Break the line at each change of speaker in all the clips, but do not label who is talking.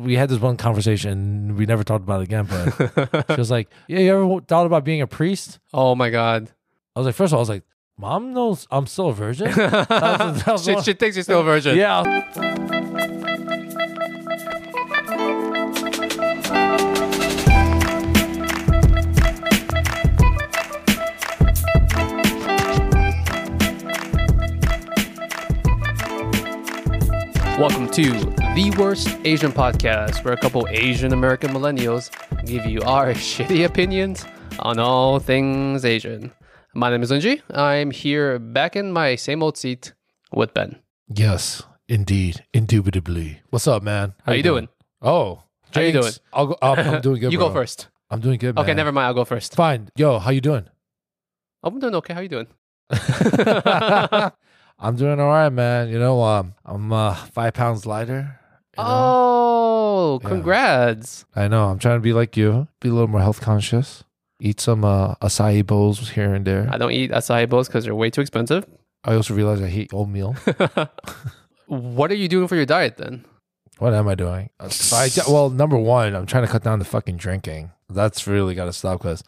we had this one conversation and we never talked about it again, but she was like, Yeah, you ever thought about being a priest?
oh my god.
I was like, First of all, I was like, Mom knows I'm still a virgin. that was
she,
one-
she thinks you're still a virgin.
yeah.
Welcome to the worst Asian podcast, where a couple Asian American millennials give you our shitty opinions on all things Asian. My name is Unji. I'm here back in my same old seat with Ben.
Yes, indeed. Indubitably. What's up, man?
How, you doing?
Oh.
How you
Jinx. I'll go, I'm, I'm doing good.
you
bro.
go first.
I'm doing good.
Okay,
man.
never mind. I'll go first.
Fine. Yo, how you doing?
I'm doing okay. How you doing?
I'm doing all right, man. You know, um, I'm uh, five pounds lighter. you know?
Oh,
Yeah.
congrats.
I know. I'm trying to be like you, be a little more health conscious, eat some uh, acai bowls here and there.
I don't eat acai bowls because they're way too expensive.
I also realize I hate oatmeal.
what are you doing for your diet then?
what am I doing? Uh, so I, well, number one, I'm trying to cut down the fucking drinking. That's really got to stop because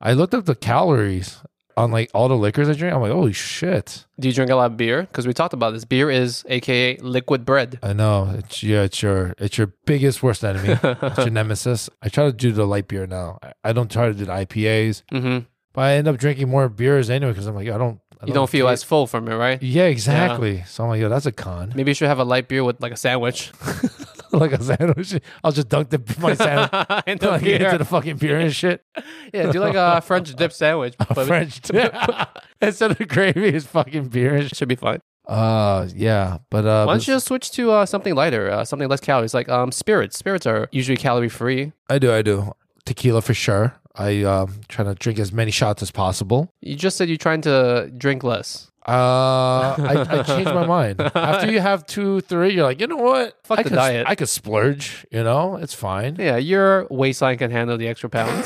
I looked up the calories on like all the liquors I drink. I'm like, holy shit.
Do you drink a lot of beer? Because we talked about this. Beer is AKA liquid bread.
I know. It's yeah, it's your it's your biggest worst enemy. it's your nemesis. I try to do the light beer now. I, I don't try to do the IPAs,
hmm
but I end up drinking more beers anyway because I'm like, I don't. I
You don't feel
care.
as full from it, right?
Yeah, exactly. So I'm like, yo, that's a con.
Maybe you should have a light beer with like a sandwich.
like a sandwich. I'll just dunk the, my sandwich
And the
like, into
beer.
the fucking beer and shit.
Yeah, do like a French dip sandwich. but
French dip. instead of gravy is fucking beer and shit.
should be fine.
Uh, yeah, but uh,
Why don't
but-
you just switch to uh, something lighter, uh, something less calories, like um, spirits. Spirits are usually calorie free.
I do, I do tequila for sure. I um try to drink as many shots as possible.
You just said you're trying to drink less.
Uh, I, I changed my mind after you have two, three. You're like, you know what?
Fuck
I
the
could, s-
diet."
I could splurge. You know, it's fine.
Yeah, your waistline can handle the extra pounds.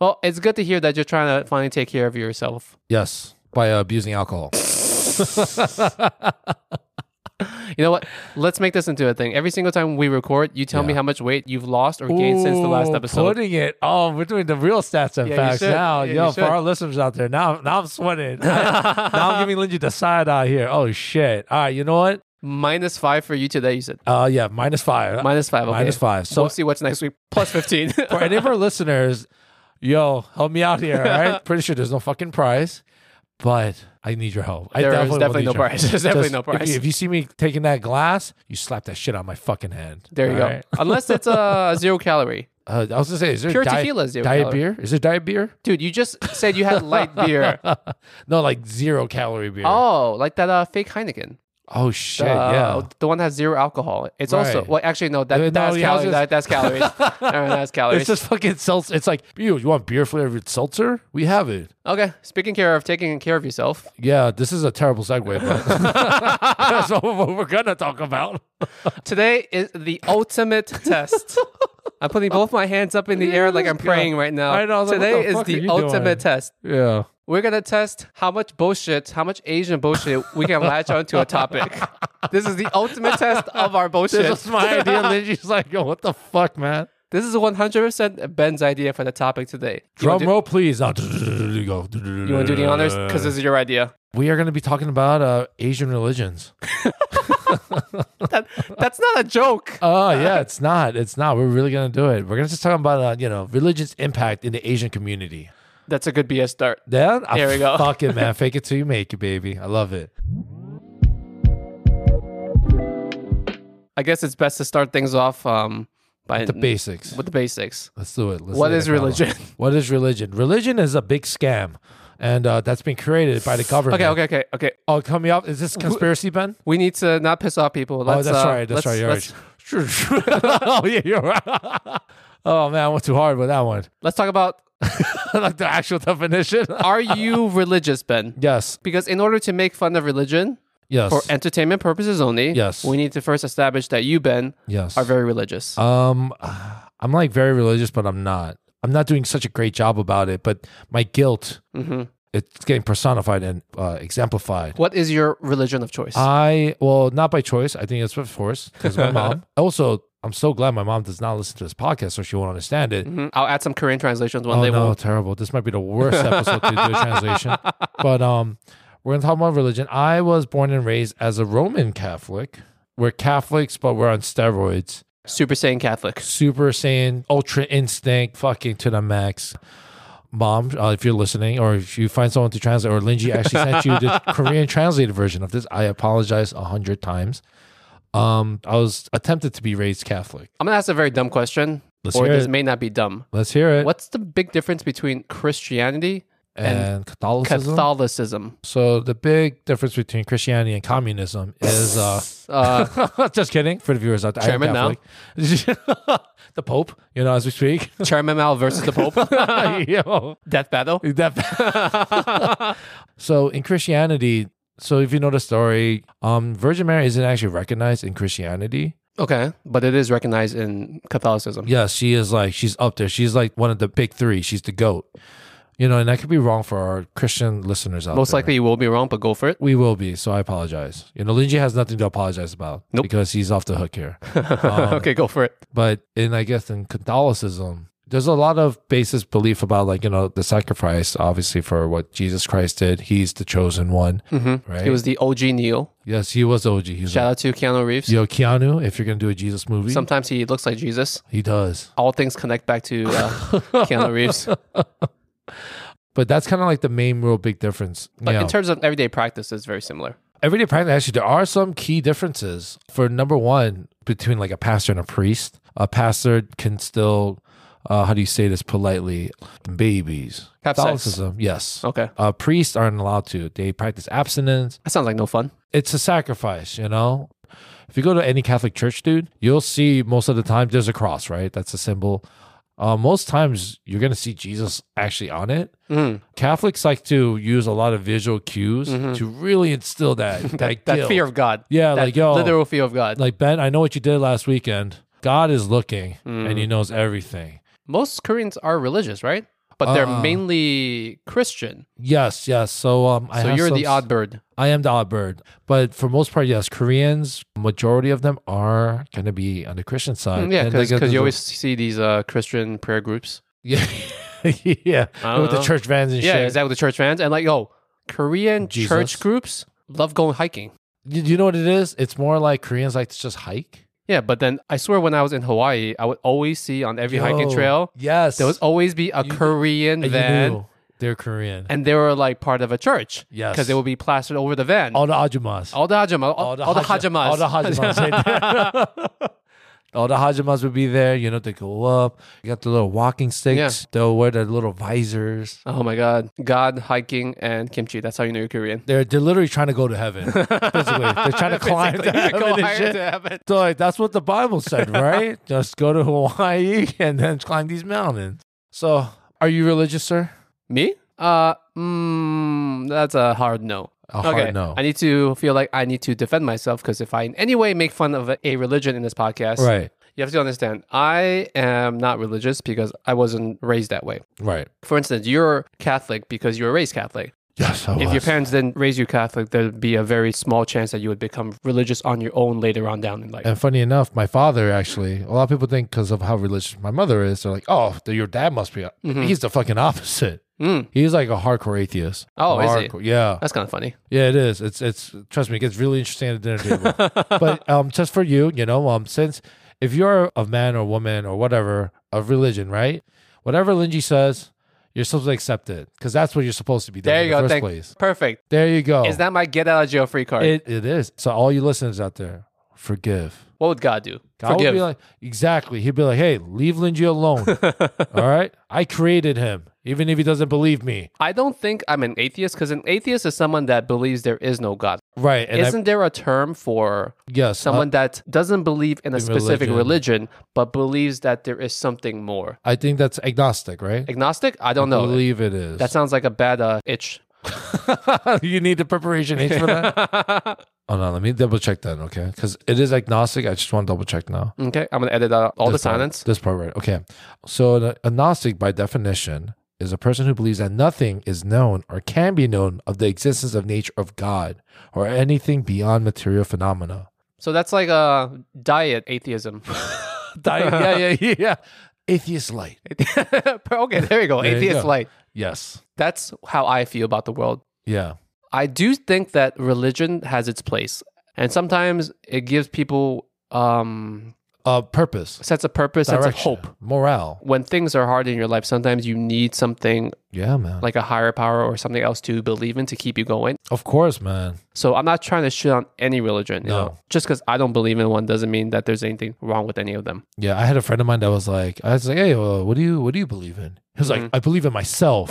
well, it's good to hear that you're trying to finally take care of yourself.
Yes, by abusing alcohol.
You know what? Let's make this into a thing. Every single time we record, you tell me how much weight you've lost or gained since the last
Ooh,
episode.
Putting it. Oh, we're doing the real stats and
Yeah, you
facts
should.
now.
Yeah,
Yo,
you
for
should.
our listeners out there, now now I'm sweating. now I'm giving Lindsay the side eye here. Oh shit! All right, you know what?
Minus five for you today, you said.
Uh, yeah, minus five.
Minus five. Okay.
Minus five.
So
So
we'll see what's next week. Plus 15.
for any of our listeners, yo, help me out here. All right, pretty sure there's no fucking prize. But I need your help. I
There
definitely
is
will
definitely
need
no
your help.
prize. There's definitely
Just-
no
If
prize.
you, if you see me taking that glass, you slap that shit on my fucking hand.
there you
All
go.
right?
Unless it's uh, zero calorie.
Uh, I was gonna say, is there
Pure
diet,
tequila is zero
diet
calorie.
beer? Is there diet beer?
Dude, you just said you had light beer.
no, like zero calorie beer. Oh,
Oh, like that uh, fake Heineken.
shit,
Uh,
yeah.
The one that has zero alcohol. It's also,
Right.
well, actually, no, that,
Uh, no,
that's,
yeah, I was
calories,
just-
that, that's calories. All right, That's calories.
It's just fucking seltzer. It's like, you, you want beer flavored seltzer? We have it.
Okay, speaking care of taking care of yourself,
Yeah, this is a terrible segue, but that's what we're gonna talk about.
today is the ultimate test. I'm putting both my hands up in the air like I'm
God.
praying right now.
I know, I was like, what
today
the
is
fuck are
the
you
ultimate
doing?
test.
Yeah.
We're gonna test how much bullshit, how much Asian bullshit we can latch onto a topic. This is the ultimate test of our bullshit.
This was my idea. And then she's like, yo, what the fuck, man?
This is 100% Ben's idea for the topic today. You
Drum
wanna do-
roll, please. Now, you go.
You want to do the honors?
Uh.
Because this is your idea.
we are gonna be talking about uh, Asian religions.
That, that's not a joke.
Oh yeah, it's not. It's not. We're really gonna do it. We're gonna just talk about uh, you know religion's impact in the Asian community.
That's a good BS start.
Then I
There we go.
Fuck it, man. Fake it till you make it, baby. I love it.
I guess it's best to start things off um, by
The basics.
with the basics.
Let's do it. Let's
What
lay
is
the ground
religion?
law. What is religion? Religion is a big scam, and uh, that's been created by the government.
Okay, okay, okay, okay.
Oh, coming up is this conspiracy, Ben?
We need to not piss off people.
Oh,
Let's,
that's
uh,
right. That's
let's-
right. You're
let's,
right. Sure, sure. oh yeah, you're right. oh man, I went too hard with that one.
let's talk about
like the actual definition.
are you religious, Ben?
yes.
Because in order to make fun of religion
Yes.
for entertainment purposes only,
Yes.
we need to first establish that you, Ben,
yes.
are very religious.
Um, I'm like very religious, but I'm not. I'm not doing such a great job about it. But my guilt,
Mm-hmm.
it's getting personified and uh, exemplified.
what
uh,
is your religion of choice?
I well, not by choice. I think it's by force because my mom. Also, I'm so glad my mom does not listen to this podcast, so she won't understand it.
Mhm. I'll add some Korean translations when
oh
they
no,
won't.
terrible! This might be the worst episode to do a translation. But um, we're gonna talk about religion. I was born and raised as a Roman Catholic. We're Catholics, but we're on steroids.
Super Saiyan Catholic.
Super Saiyan, Ultra Instinct, fucking to the max. Mom, uh, if you're listening, or if you find someone to translate, or Linji actually sent you the Korean translated version of this, I apologize a hundred times. Um, I was attempted to be raised Catholic.
I'm gonna ask a very dumb question,
Let's
or
hear
this
it.
may not be dumb.
Let's hear it.
What's the big difference between Christianity,
and, Catholicism.
Catholicism?
So the big difference between Christianity and communism is uh,
Uh,
just kidding for the viewers out there. I am
Chairman now.
Catholic. the Pope, you know, as we speak.
Uh, Chairman Mao versus the Pope,
Yo,
death battle.
that- so in Christianity, so if you know the story, um, Virgin Mary isn't actually recognized in Christianity.
Okay, but it is recognized in Catholicism.
Yeah, she is like she's up there. She's like one of the big three. She's the goat. You know, and that could be wrong for our Christian listeners out
Most
there.
likely you will be wrong, but go for it.
We will be, so I apologize. You know, Linji has nothing to apologize about
Nope.
because he's off the hook here.
okay, go for it.
But in I guess in Catholicism, there's a lot of basis belief about like, you know, the sacrifice, obviously for what Jesus Christ did. He's the chosen one.
hmm
Right.
He was the OG Neo.
Yes, he was OG. He's
Shout
like,
out to Keanu Reeves.
Yo, Keanu, if you're gonna do a Jesus movie,
Sometimes he looks like Jesus.
he does.
All things connect back to uh, Keanu Reeves.
But that's kind of like the main real big difference.
But
Yeah.
in terms of everyday practice, it's very similar.
everyday practice actually there are some key differences for number one between like a pastor and a priest a pastor can still uh, how do you say this politely babies
Have sex.
catholicism yes
Okay.
uh, priests aren't allowed to they practice abstinence
That sounds like no fun.
it's a sacrifice you know if you go to any catholic church dude you'll see most of the time there's a cross right that's a symbol uh, most times you're gonna see jesus actually on it
Mm. Mm-hmm.
catholics like to use a lot of visual cues to really instill that that,
That
guilt.
fear of God.
Yeah,
That
like yo,
literal fear of God.
like Ben, I know what you did last weekend. God is looking, and
Mm.
He knows everything.
Most Koreans are religious, right? But they're
Uh,
mainly Christian.
Yes, yes. So, um, I
So
have
you're
some-
the odd bird.
I am the odd bird, but for most part, yes, Koreans, majority of them are gonna be on the Christian side.
Mm, Yeah,
And they get
because
to
you
the-
always see these uh, Christian prayer groups.
yeah, yeah,
I don't
with the
know.
church vans and
Yeah,
shit.
exactly. The church fans and like, yo, Korean
Jesus.
church groups love going hiking.
You, you know what it is? It's more like Koreans like to just hike
Yeah, but then I swear when I was in Hawaii, I would always see on every hiking
Yo,
trail
Oh, Yes,
there would always be a
You-
Korean
And you
van,
knew they're Korean.
and they were like part of a church.
Yes.
because they would be plastered over the van. All,
all the ajumas.
the hajima, all, all the
Haj-
hajimas,
All the Hajimas. right there. all the Hajimas would be there. You know, they go up. You got the little walking sticks. They'll wear their little visors.
oh my god, God hiking and kimchi. That's how you know you're Korean.
They're, they're literally trying to go to heaven. Basically, they're trying to climb to
Basically,
heaven.
go
and
higher
shit.
to heaven.
So like, that's what the Bible said, right? Just go to Hawaii and then climb these mountains. So, are you religious, sir?
Me? Uh, mm, that's a hard no.
A hard no.
I need to feel like I need to defend myself because if I in any way make fun of a, a religion in this podcast,
Right,
you have to understand I am not religious because I wasn't raised that way.
right.
For instance, you're Catholic because you were raised Catholic.
Yes, I
If
was.
your parents didn't raise you Catholic, there'd be a very small chance that you would become religious on your own later on down in life.
And funny enough, my father actually, a lot of people think because of how religious my mother is, they're like, oh, th- your dad must be. a-"
Mm-hmm.
He's the fucking opposite.
Mm.
He's like a hardcore atheist.
Oh, is he?
Hardcore- Yeah.
That's kind of funny.
Yeah, it is. It's, it's, trust me, it gets really interesting at the dinner table. but um, just for you, you know, um, since if you're a man or woman or whatever of religion, right? Whatever Linji says, you're supposed to accept it because that's what you're supposed to be doing
There
in
you
the
go.
first
Thank,
place.
perfect.
There you go.
Is that my get out of jail free card?
it, it is. So, all you listeners out there, forgive.
what would God do?
God
Forgive.
would be like, exactly. He'd be like, hey, leave Linji alone. All right. I created him, even if he doesn't believe me.
I don't think I'm an atheist because an atheist is someone that believes there is no God.
Right. And I,
Isn't there a term for
yes,
someone that doesn't believe in a specific
religion.
religion. but believes that there is something more?
I, I think that's agnostic, right?
Agnostic? I don't know.
believe it is.
That sounds like a bad uh, itch.
you need the preparation age for that? oh, no. Let me double check that. Okay. Because it is agnostic. I just want to double check now.
Okay, I'm gonna edit out all
This
the
part-
silence.
This part, right. Okay. So, an agnostic, by definition, is a person who believes that nothing is known or can be known of the existence of nature of God or anything beyond material phenomena.
So that's like a diet atheism.
dying. Yeah, yeah, yeah. Atheist light.
okay, there you go.
There you
Atheist
go.
light.
Yes.
That's how I feel about the world.
Yeah.
I do think that religion has its place, and sometimes it gives people um,
Uh, purpose.
a sense of purpose, sense of
direction,
hope.
Morale.
When things are hard in your life, sometimes you need something
Yeah, man.
like a higher power or something else to believe in to keep you going.
Of course, man.
So I'm not trying to shit on any religion. You
No.
know? Just because I don't believe in one doesn't mean that there's anything wrong with any of them.
Yeah, I had a friend of mine that was like, I was like, hey, uh, what do you what do you believe in? He was
Mm-hmm.
like, I believe in myself.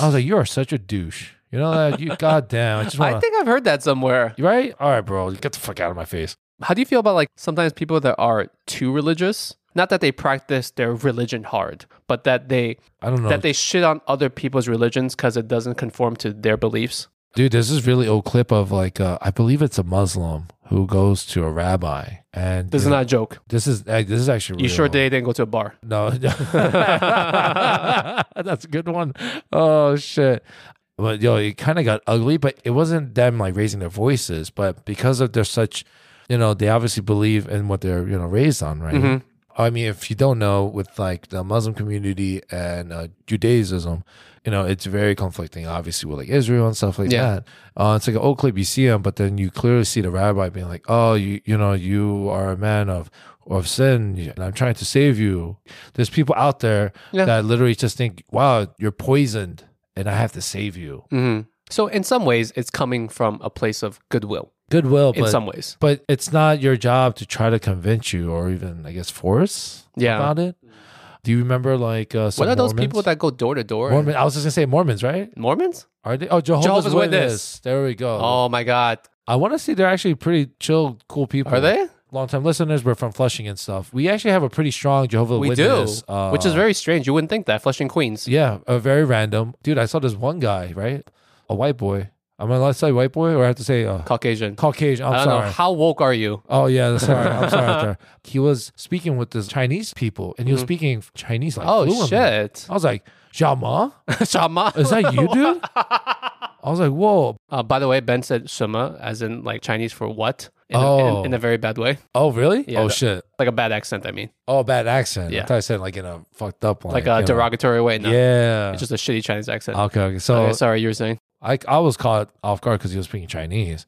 I was like, you are such a douche. You know that? You goddamn. I just
I
want to.
think I've heard that somewhere.
Right? All right, bro. Get the fuck out of my face.
How do you feel about like sometimes people that are too religious? Not that they practice their religion hard, but that they
I don't know.
that they shit on other people's religions because it doesn't conform to their beliefs.
Dude, there's this really old clip of like, uh, I believe it's a Muslim who goes to a rabbi. And
This is not a joke.
This is uh, this is actually
You
real.
sure they didn't go to a bar?
No, that's a good one. Oh shit. But yo, it kind of got ugly, but it wasn't them like raising their voices, but because of their such, you know, they obviously believe in what they're you know raised on, right?
Mhm.
I mean, if you don't know, with like the Muslim community and uh, Judaism, you know, it's very conflicting, obviously, with like Israel and stuff like
Yeah.
that. Uh, it's like an old clip, you see him, but then you clearly see the rabbi being like, oh, you, you know, you are a man of, of sin, and I'm trying to save you. There's people out there
Yeah.
that literally just think, wow, you're poisoned, and I have to save you.
hmm So in some ways, it's coming from a place of goodwill.
Goodwill,
in
but,
some ways,
but it's not your job to try to convince you or even, I guess, force
yeah.
about it. Do you remember like uh, some
what are those
Mormons?
people that go door to door?
Mormon. I was just gonna say Mormons, right?
Mormons?
Are they? Oh, Jehovah's,
Jehovah's
Witness.
Witness.
There we go.
Oh my God,
I want to say they're actually pretty chill, cool people.
are they?
Long time listeners. We're from Flushing and stuff. We actually have a pretty strong Jehovah's
We
Witness.
do, which is
uh,
very strange. You wouldn't think that Flushing Queens.
yeah, uh, very random, dude. I saw this one guy, right? A white boy. Am I allowed to say white boy, or I have to say uh,
Caucasian.
Caucasian? I'm
I do not
sorry.
know how woke are you.
Oh yeah, sorry. I'm sorry. out there. He was speaking with this Chinese people, and he was
Mhm.
speaking Chinese like
Oh
fluently.
shit,
I was like, Shama,
Shama.
Oh. is that you, dude? I was like, whoa.
Uh, by the way, Ben said Shama as in like Chinese for what? In, a,
Oh.
in, in a very bad way,
Oh really?
Yeah,
oh
that-
shit.
like a bad accent. I mean,
Oh, bad accent. I
Yeah.
thought I said like in a fucked up one.
like a derogatory way. No,
Yeah. Oh.
it's just a shitty Chinese accent.
okay, okay. So
okay, sorry, you were saying.
I, I was caught off guard because he was speaking Chinese.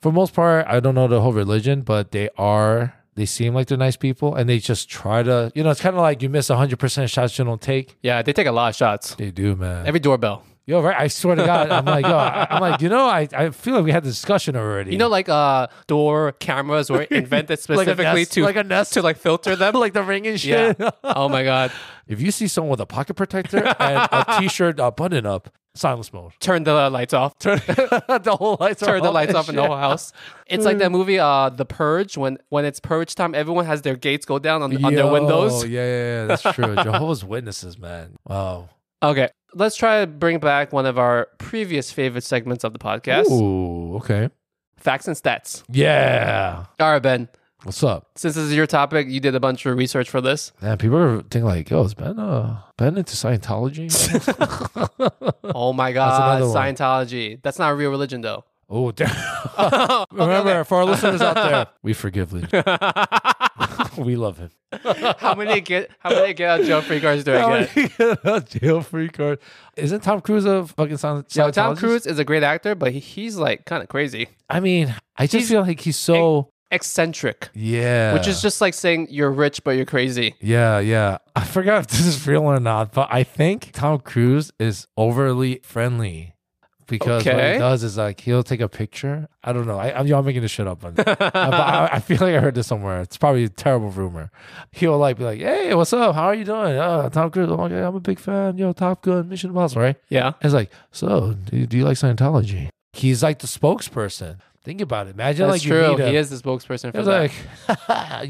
For most part, I don't know the whole religion, but they are, they seem like they're nice people and they just try to, you know, it's kind of like you miss 100% shots you don't take.
Yeah, they take a lot of shots.
They do, man.
Every doorbell.
yo, right? I swear to God, I'm like, yo, I, I'm like, you know, I, I feel like we had this discussion already.
You know, like uh, door cameras were invented specifically
nest-
to
like a nest.
to like filter them.
like the ring and
yeah.
shit.
oh my god,
if you see someone with a pocket protector and a t-shirt uh, button up, silence mode.
turn the lights off. Turn,
the whole lights
turn the lights off in the
whole
whole house. It's like that movie, uh, The Purge. When when it's purge time, everyone has their gates go down on, on their windows.
Yeah, yeah, yeah, that's true. Jehovah's Witnesses, man. Wow.
Okay, let's try to bring back one of our previous favorite segments of the podcast:
Ooh, okay.
facts and stats.
Yeah.
All right, Ben.
What's up?
Since this is your topic, you did a bunch of research for this.
Man, people are thinking like, yo, is Ben uh Ben into Scientology?
Oh my God,
another one.
Scientology. That's not a real religion, though.
oh damn. Remember, for our listeners out there, we forgive Lee. we love him.
How many get? How many get out of jail free cards do I get?
Jail free card. Isn't Tom Cruise a fucking Sci- Scientologist?
So Tom Cruise is a great actor, but he, he's like kind of crazy,
I mean, I just
He's-
feel like he's so
eccentric,
yeah,
which is just like saying you're rich but you're crazy.
Yeah, yeah. I forgot if this is real or not, but I think Tom Cruise is overly friendly because what
Okay.
he does is like he'll take a picture. I don't know. I, I'm, I'm making this shit up, on, but I, I feel like I heard this somewhere. It's probably a terrible rumor. He'll like be like, "Hey, what's up? How are you doing? Uh, Tom Cruise. Oh my god, I'm a big fan. Yo, Top Gun, Mission Impossible, right?"
Yeah.
It's like, so do, do you like Scientology? He's like the spokesperson. Think about it. Imagine like
That's
you
true.
meet him.
He is the spokesperson for
It's
that.
like,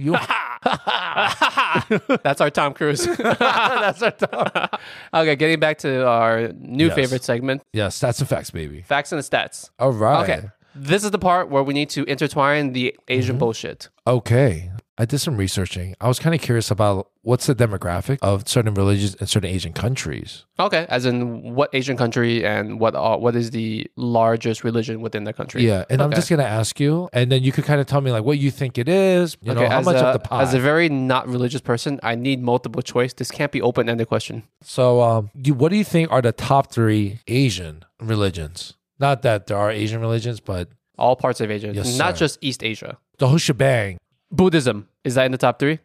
you.
That's our Tom Cruise. That's our Tom. okay, getting back to our new
Yes.
favorite segment,
yeah, stats and facts, baby.
facts and stats.
All right. Mm-hmm.
Okay. This is the part where we need to intertwine the Asian bullshit.
Okay. I did some researching. I was kind of curious about what's the demographic of certain religions in certain Asian countries.
Okay, as in what Asian country and what are, what is the largest religion within the country?
Yeah, and I'm
Okay.
just gonna ask you, and then you could kind of tell me like what you think it is. You know, how
as
much
a,
of the pie.
As a very not religious person, I need multiple choice. This can't be open ended question.
so, um, you, what do you think are the top three Asian religions? Not that there are Asian religions, but
All parts of Asia,
Yes,
not
sir.
just East Asia.
the whole shebang.
Buddhism is that in the top three?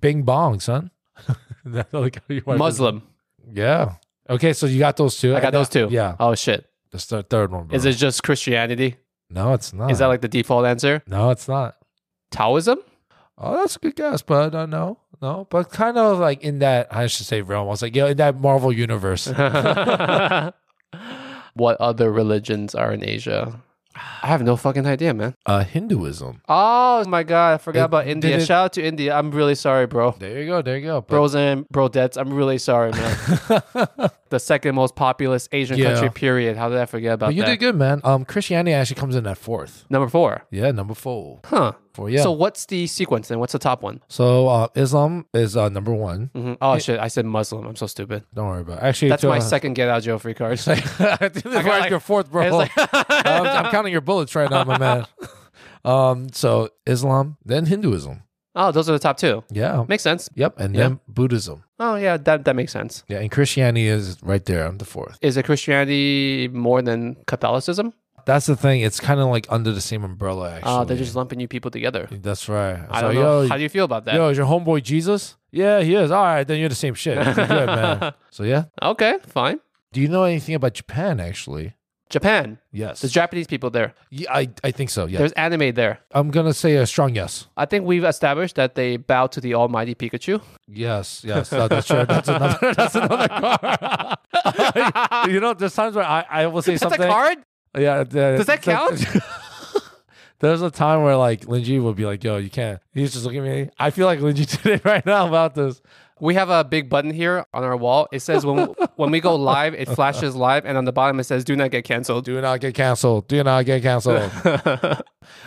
Bing bong, son. That's like how you are-
Muslim,
Yeah. Okay, so you got those two.
I got
And uh,
those two.
Yeah.
Oh shit.
That's the third one. Bro.
Is it just Christianity?
No, it's not.
Is that like the default answer?
No, it's not.
Taoism?
Oh, that's a good guess, but uh, no, no, but kind of like in that I should say realm. I was like, yeah, in that Marvel universe.
Uh-huh. what other religions are in Asia? I have no fucking idea, man.
uh, Hinduism.
Oh my god, I forgot
It-
about India.
did it-
Shout out to India. I'm really sorry, bro.
There you go. There you go. But-
Bros and brodettes, I'm really sorry, man. the second most populous Asian
Yeah.
country, period. How did I forget about
but you
that?
did good, man. Um, Christianity actually comes in at fourth.
Number four.
Yeah, number four.
Huh.
Four. Yeah.
So
So,
what's the sequence then? What's the top one?
uh, Islam is uh, number one.
Mhm. Oh shit, I said Muslim. I'm so stupid.
Don't worry about. It. Actually,
That's
it's,
my
uh,
second get out of jail free card.
I think that's why it's
like-
your fourth, bro.
It's like-
I'm, I'm counting your bullets right now, my man. Um, so Islam, then Hinduism.
oh, those are the top two.
Yeah.
Makes sense.
Yep, and
Yeah.
then Buddhism.
Oh yeah, that that makes sense.
Yeah, and Christianity is right there. I'm the fourth.
Is it Christianity more than Catholicism?
That's the thing. It's kind of like under the same umbrella. Actually,
Oh, they're just lumping you people together.
that's right.
I
So,
don't know.
Yo,
How do you feel about that?
yo, is your homeboy Jesus? Yeah, he is. All right, then you're the same shit. You're good, man. So yeah.
Okay, fine.
Do you know anything about Japan? Actually,
Japan.
yes.
There's Japanese people there.
yeah, I I think so. Yeah,
There's anime there.
I'm gonna say a strong yes.
I think we've established that they bow to the almighty Pikachu.
Yes, yes. No, that's sure. That's another. That's another car. you know, there's times where I I will say
That's
something.
a card?
Yeah. the-
Does that
the-
count?
There's a time where like Linji will be like, "Yo, you can't." He's just looking at me. I feel like Linji today right now about this.
We have a big button here on our wall. It says when when we go live, it flashes live, and on the bottom it says "Do not get canceled."
Do not get canceled. Do not get canceled. uh,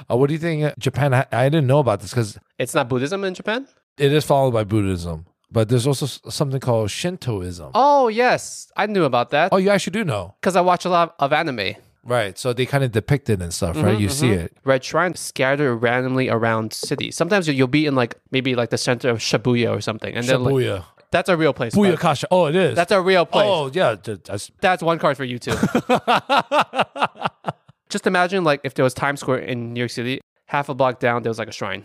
what do you think? uh, Japan. I, I didn't know about this because
It's not Buddhism in Japan.
it is followed by Buddhism, but there's also s- something called Shintoism. Oh,
Oh yes, I knew about that
you actually do know,
because I watch a lot of anime.
right? So they kind of depict it and stuff, right? You see it.
Red shrine scattered randomly around cities. Sometimes you- you'll be in like maybe like the center of Shibuya or something, and then like,
Shibuya,
that's a real place. bud.
Buyakasha. Oh, it is.
That's a real place.
oh yeah. th- That's
That's one card for you too. Just imagine like if there was Times Square in New York City, half a block down there was like a shrine.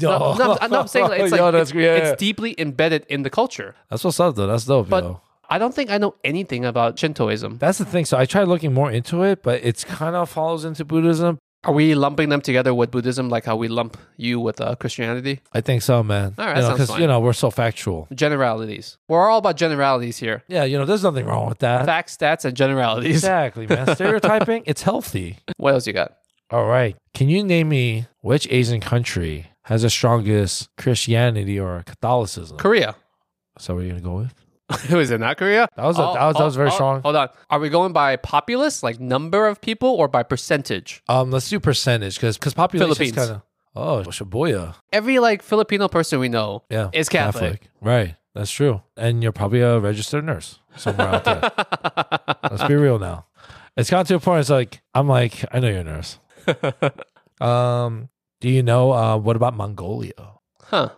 No, no, I'm- I'm, not saying like, it's like
Yo, that's,
it's,
yeah,
it's
yeah.
deeply embedded in the culture.
That's what's up though. That's dope,
But
yo.
I don't think I know anything about Shintoism.
That's the thing. So I tried looking more into it, but it's kind of follows into Buddhism.
Are we lumping them together with Buddhism, like how we lump you with uh, Christianity?
I think so, man.
All right,
you
that
know,
sounds fine.
you know we're so factual.
Generalities. We're all about generalities here.
Yeah, you know, there's nothing wrong with that.
Facts, stats, and generalities.
exactly, man. Stereotyping, it's healthy.
What else you got?
All right. Can you name me which Asian country has the strongest Christianity or Catholicism?
Korea.
So we're gonna go with
Who is it? Not Korea.
that was a,
Oh,
that was that
oh,
was very
oh,
strong.
Hold on. Are we going by populace, like number of people, or by percentage?
Um, let's do percentage because because population
Philippines.
kind of oh Shibuya.
Every like Filipino person we know
Yeah.
is Catholic.
Right. That's true. And you're probably a registered nurse somewhere out there. Let's be real now. It's gotten to a point it's like, I'm like, I know you're a nurse. um, do you know uh, what about Mongolia?
Huh.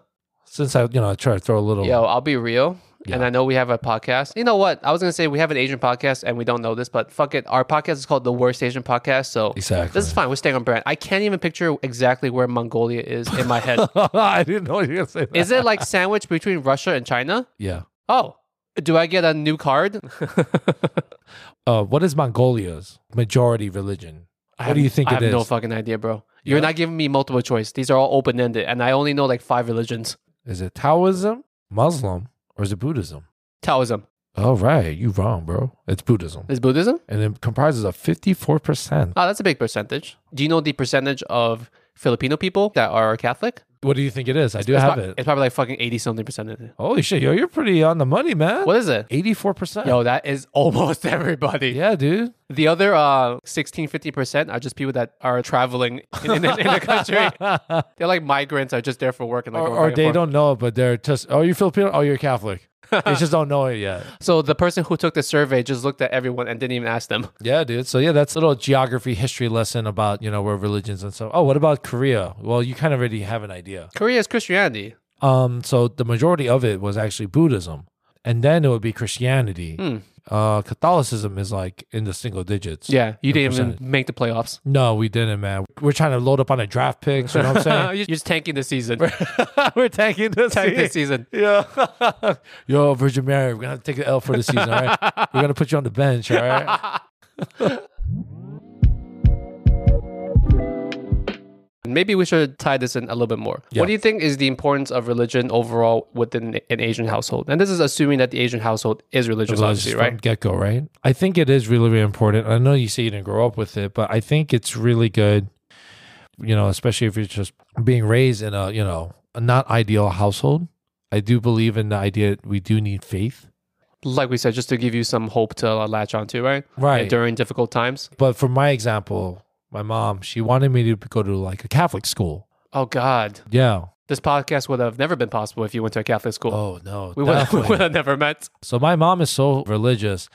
Since I you know, I try to throw a little
Yo, I'll be real. And
Oh. Yeah.
I know we have a podcast. You know what? I was gonna say we have an Asian podcast and we don't know this, but fuck it. Our podcast is called the Worst Asian Podcast. So
Exactly.
this is fine. We're staying on brand. I can't even picture exactly where Mongolia is in my head.
I didn't know you were gonna say that.
is it like sandwiched between Russia and China?
yeah.
Oh. Do I get a new card?
Uh, what is Mongolia's majority religion? What do you think
I
it
have
is?
no fucking idea, bro. You're
Yeah.
not giving me multiple choice. These are all open ended, and I only know like five religions.
is it Taoism, Muslim, or is it Buddhism?
Taoism
All right, you wrong, bro. It's Buddhism.
is Buddhism. Ah,
And it comprises of fifty four percent.
Oh, that's a big percentage. Do you know the percentage of Filipino people that are Catholic?
What do you think it is? I do
it's
have
prob-
it.
It's probably like fucking 80 something percent of it.
Holy shit, yo, you're pretty on the money, man.
What is it?
84%.
Yo, that is almost everybody.
Yeah, dude.
The other uh, 16, 50% are just people that are traveling in, in, in the country. They're like migrants, are just there for work. And like
Or,
going
or
back and
they
forth.
don't know it, but they're just, oh, you're Filipino? Oh, you're Catholic. they just don't know it yet.
So the person who took the survey just looked at everyone and didn't even ask them.
Yeah, dude. So yeah, that's a little geography history lesson about, you know, where religions and stuff. Oh, what about Korea? Well, you kind of already have an idea.
Korea is Christianity.
Um, so the majority of it was actually Buddhism. And then it would be Christianity.
Hmm.
Uh, Catholicism is like in the single digits.
Yeah, you didn't even
percentage.
make the playoffs.
No, we didn't, man. We're trying to load up on a draft picks. You know what I'm
You're just tanking the season.
saying? We're tanking this.
tanking the season.
Yeah. Yo, Virgin Mary, we're gonna have to take an L for the season, all right? we're gonna put you on the bench, all right?
Maybe we should tie this in a little bit more.
Yeah.
What do you think is the importance of religion overall within an Asian household? And this is assuming that the Asian household is religious, obviously, right?
Get go, right? I think it is really, really important. I know you say you didn't grow up with it, but I think it's really good, you know, especially if you're just being raised in a, you know, a not ideal household. I do believe in the idea that we do need faith.
Like we said, just to give you some hope to uh, latch onto, right?
Right.
During difficult times.
But for my example, my mom, she wanted me to go to like a Catholic school.
Oh, God.
Yeah.
This podcast would have never been possible if you went to a Catholic school.
Oh no.
we, would have, we
definitely.
would have never met.
So my mom is so religious.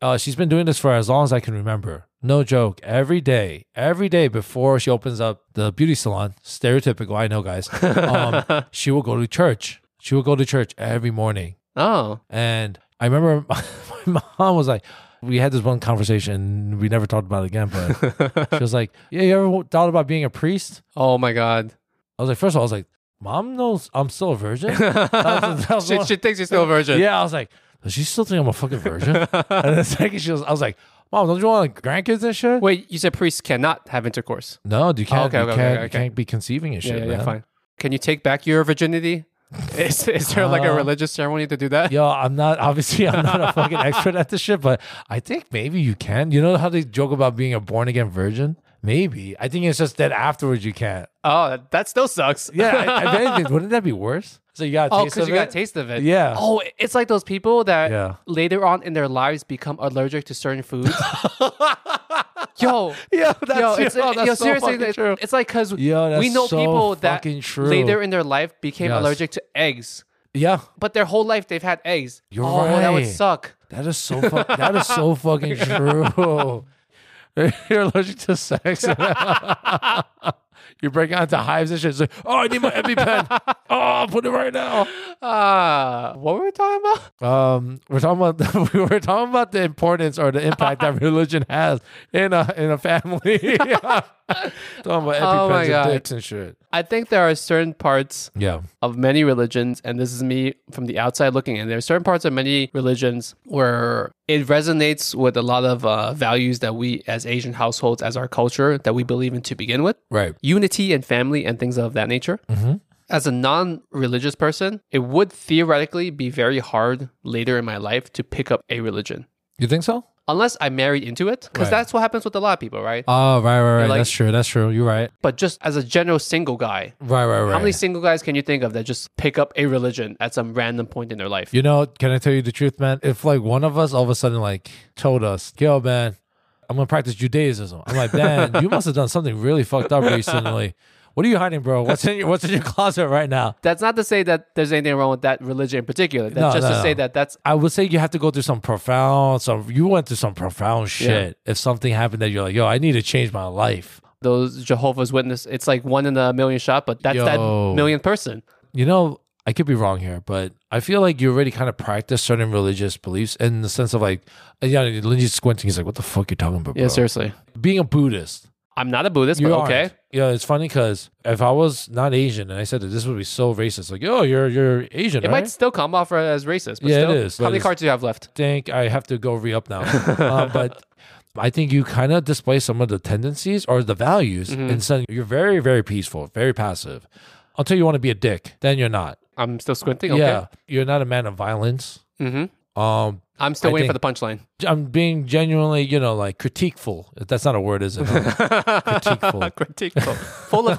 Uh, she's been doing this for as long as I can remember. No joke. Every day, every day before she opens up the beauty salon, stereotypical, I know, guys. Um, she will go to church. She will go to church every morning.
Oh,
And I remember my mom was like, we had this one conversation and we never talked about it again, but she was like, Yeah, you ever thought about being a priest?
oh my God.
I was like, First of all, I was like, Mom knows I'm still a virgin. That was- that was
she,
one-
she thinks you're still a virgin.
yeah, I was like, does she still think I'm a fucking virgin? and the second she was, I was like, mom, don't you want like, grandkids and shit?
Wait, you said priests cannot have intercourse.
No, dude, you can't.
okay,
you,
okay,
can't
okay,
you
okay.
can't be conceiving and shit.
yeah, yeah,
man.
fine. Can you take back your virginity? Is, is there like a
Uh,
religious ceremony to do that?
Yo, I'm not obviously I'm not a fucking expert at this shit, but I think maybe you can. You know how they joke about being a born again virgin? Maybe. I think it's just that afterwards you can't.
Oh, that, that still sucks.
Yeah, I, I bet it- wouldn't that be worse? So you got a
Oh,
taste of
because you
it?
got a taste of it.
Yeah.
Oh, it's like those people that
Yeah.
later on in their lives become allergic to certain foods. yo,
yeah, that's,
yo, it's,
yo, that's so
yo, seriously,
fucking
it-
true.
it's like because
Yo, that's
we know
so
people that
fucking true.
later in their life became
Yes.
allergic to eggs,
yeah,
but their whole life they've had eggs.
You're
oh, that would
right.
suck.
That is so fu- that is so fucking true. You're allergic to sex. You're breaking out into hives and shit. It's like, oh, I need my EpiPen. oh, I'll put it right now.
Uh, what were we talking about?
Um, we're talking about we were talking about the importance or the impact that religion has in a in a family. talking about
Oh my
EpiPens
God.
and dicks and shit.
I think there are certain parts
Yeah.
of many religions, and this is me from the outside looking in, there are certain parts of many religions where it resonates with a lot of uh, values that we as Asian households, as our culture, that we believe in to begin with
Right.
unity and family and things of that nature.
Mhm.
As a non religious person, it would theoretically be very hard later in my life to pick up a religion.
You think so?
Unless I married into it, because
Right.
that's what happens with a lot of people, right?
Oh, right, right, right.
Like-
that's true. That's true. You're right.
But just as a general single guy,
Right, right, right.
How many single guys can you think of that just pick up a religion at some random point in their life?
You know, can I tell you the truth, man? If like one of us all of a sudden like told us, yo, man, I'm gonna practice Judaism. I'm like, man, you must have done something really fucked up recently. What are you hiding, bro? What's in your what's in your closet right now?
That's not to say that there's anything wrong with that religion in particular. That's
No,
just
no,
to say
no.
that that's
I would say you have to go through some profound some you went through some profound shit. If something happened that you're like, yo, I need to change my life.
those Jehovah's Witness. It's like one in a million shot, but that's that
Yo.
millionth person.
You know, I could be wrong here, but I feel like you already kind of practice certain religious beliefs in the sense of like, yeah, Lindsay's squinting. He's like, what the fuck you talking about, bro?
Yeah, seriously.
Being a Buddhist,
I'm not a Buddhist,
You
but
aren't.
okay.
Yeah, it's funny because if I was not Asian and I said that this would be so racist, like, oh, you're you're Asian,
It
right?
might still come off as racist, but
Yeah, it
still.
is,
How
but
many
it's-
cards do you have left?
think I have to go re up now, uh, but. I think you kind of display some of the tendencies or the values
Mm-hmm.
in saying you're very, very peaceful, very passive. Until you want to be a dick, then you're not.
I'm still squinting. Okay.
Yeah, you're not a man of violence.
Mm-hmm.
Um,
I'm still
I
waiting for
think-
the punchline.
I'm being genuinely, you know, like critiqueful. That's not a word, is it? critiqueful.
critiqueful. Full of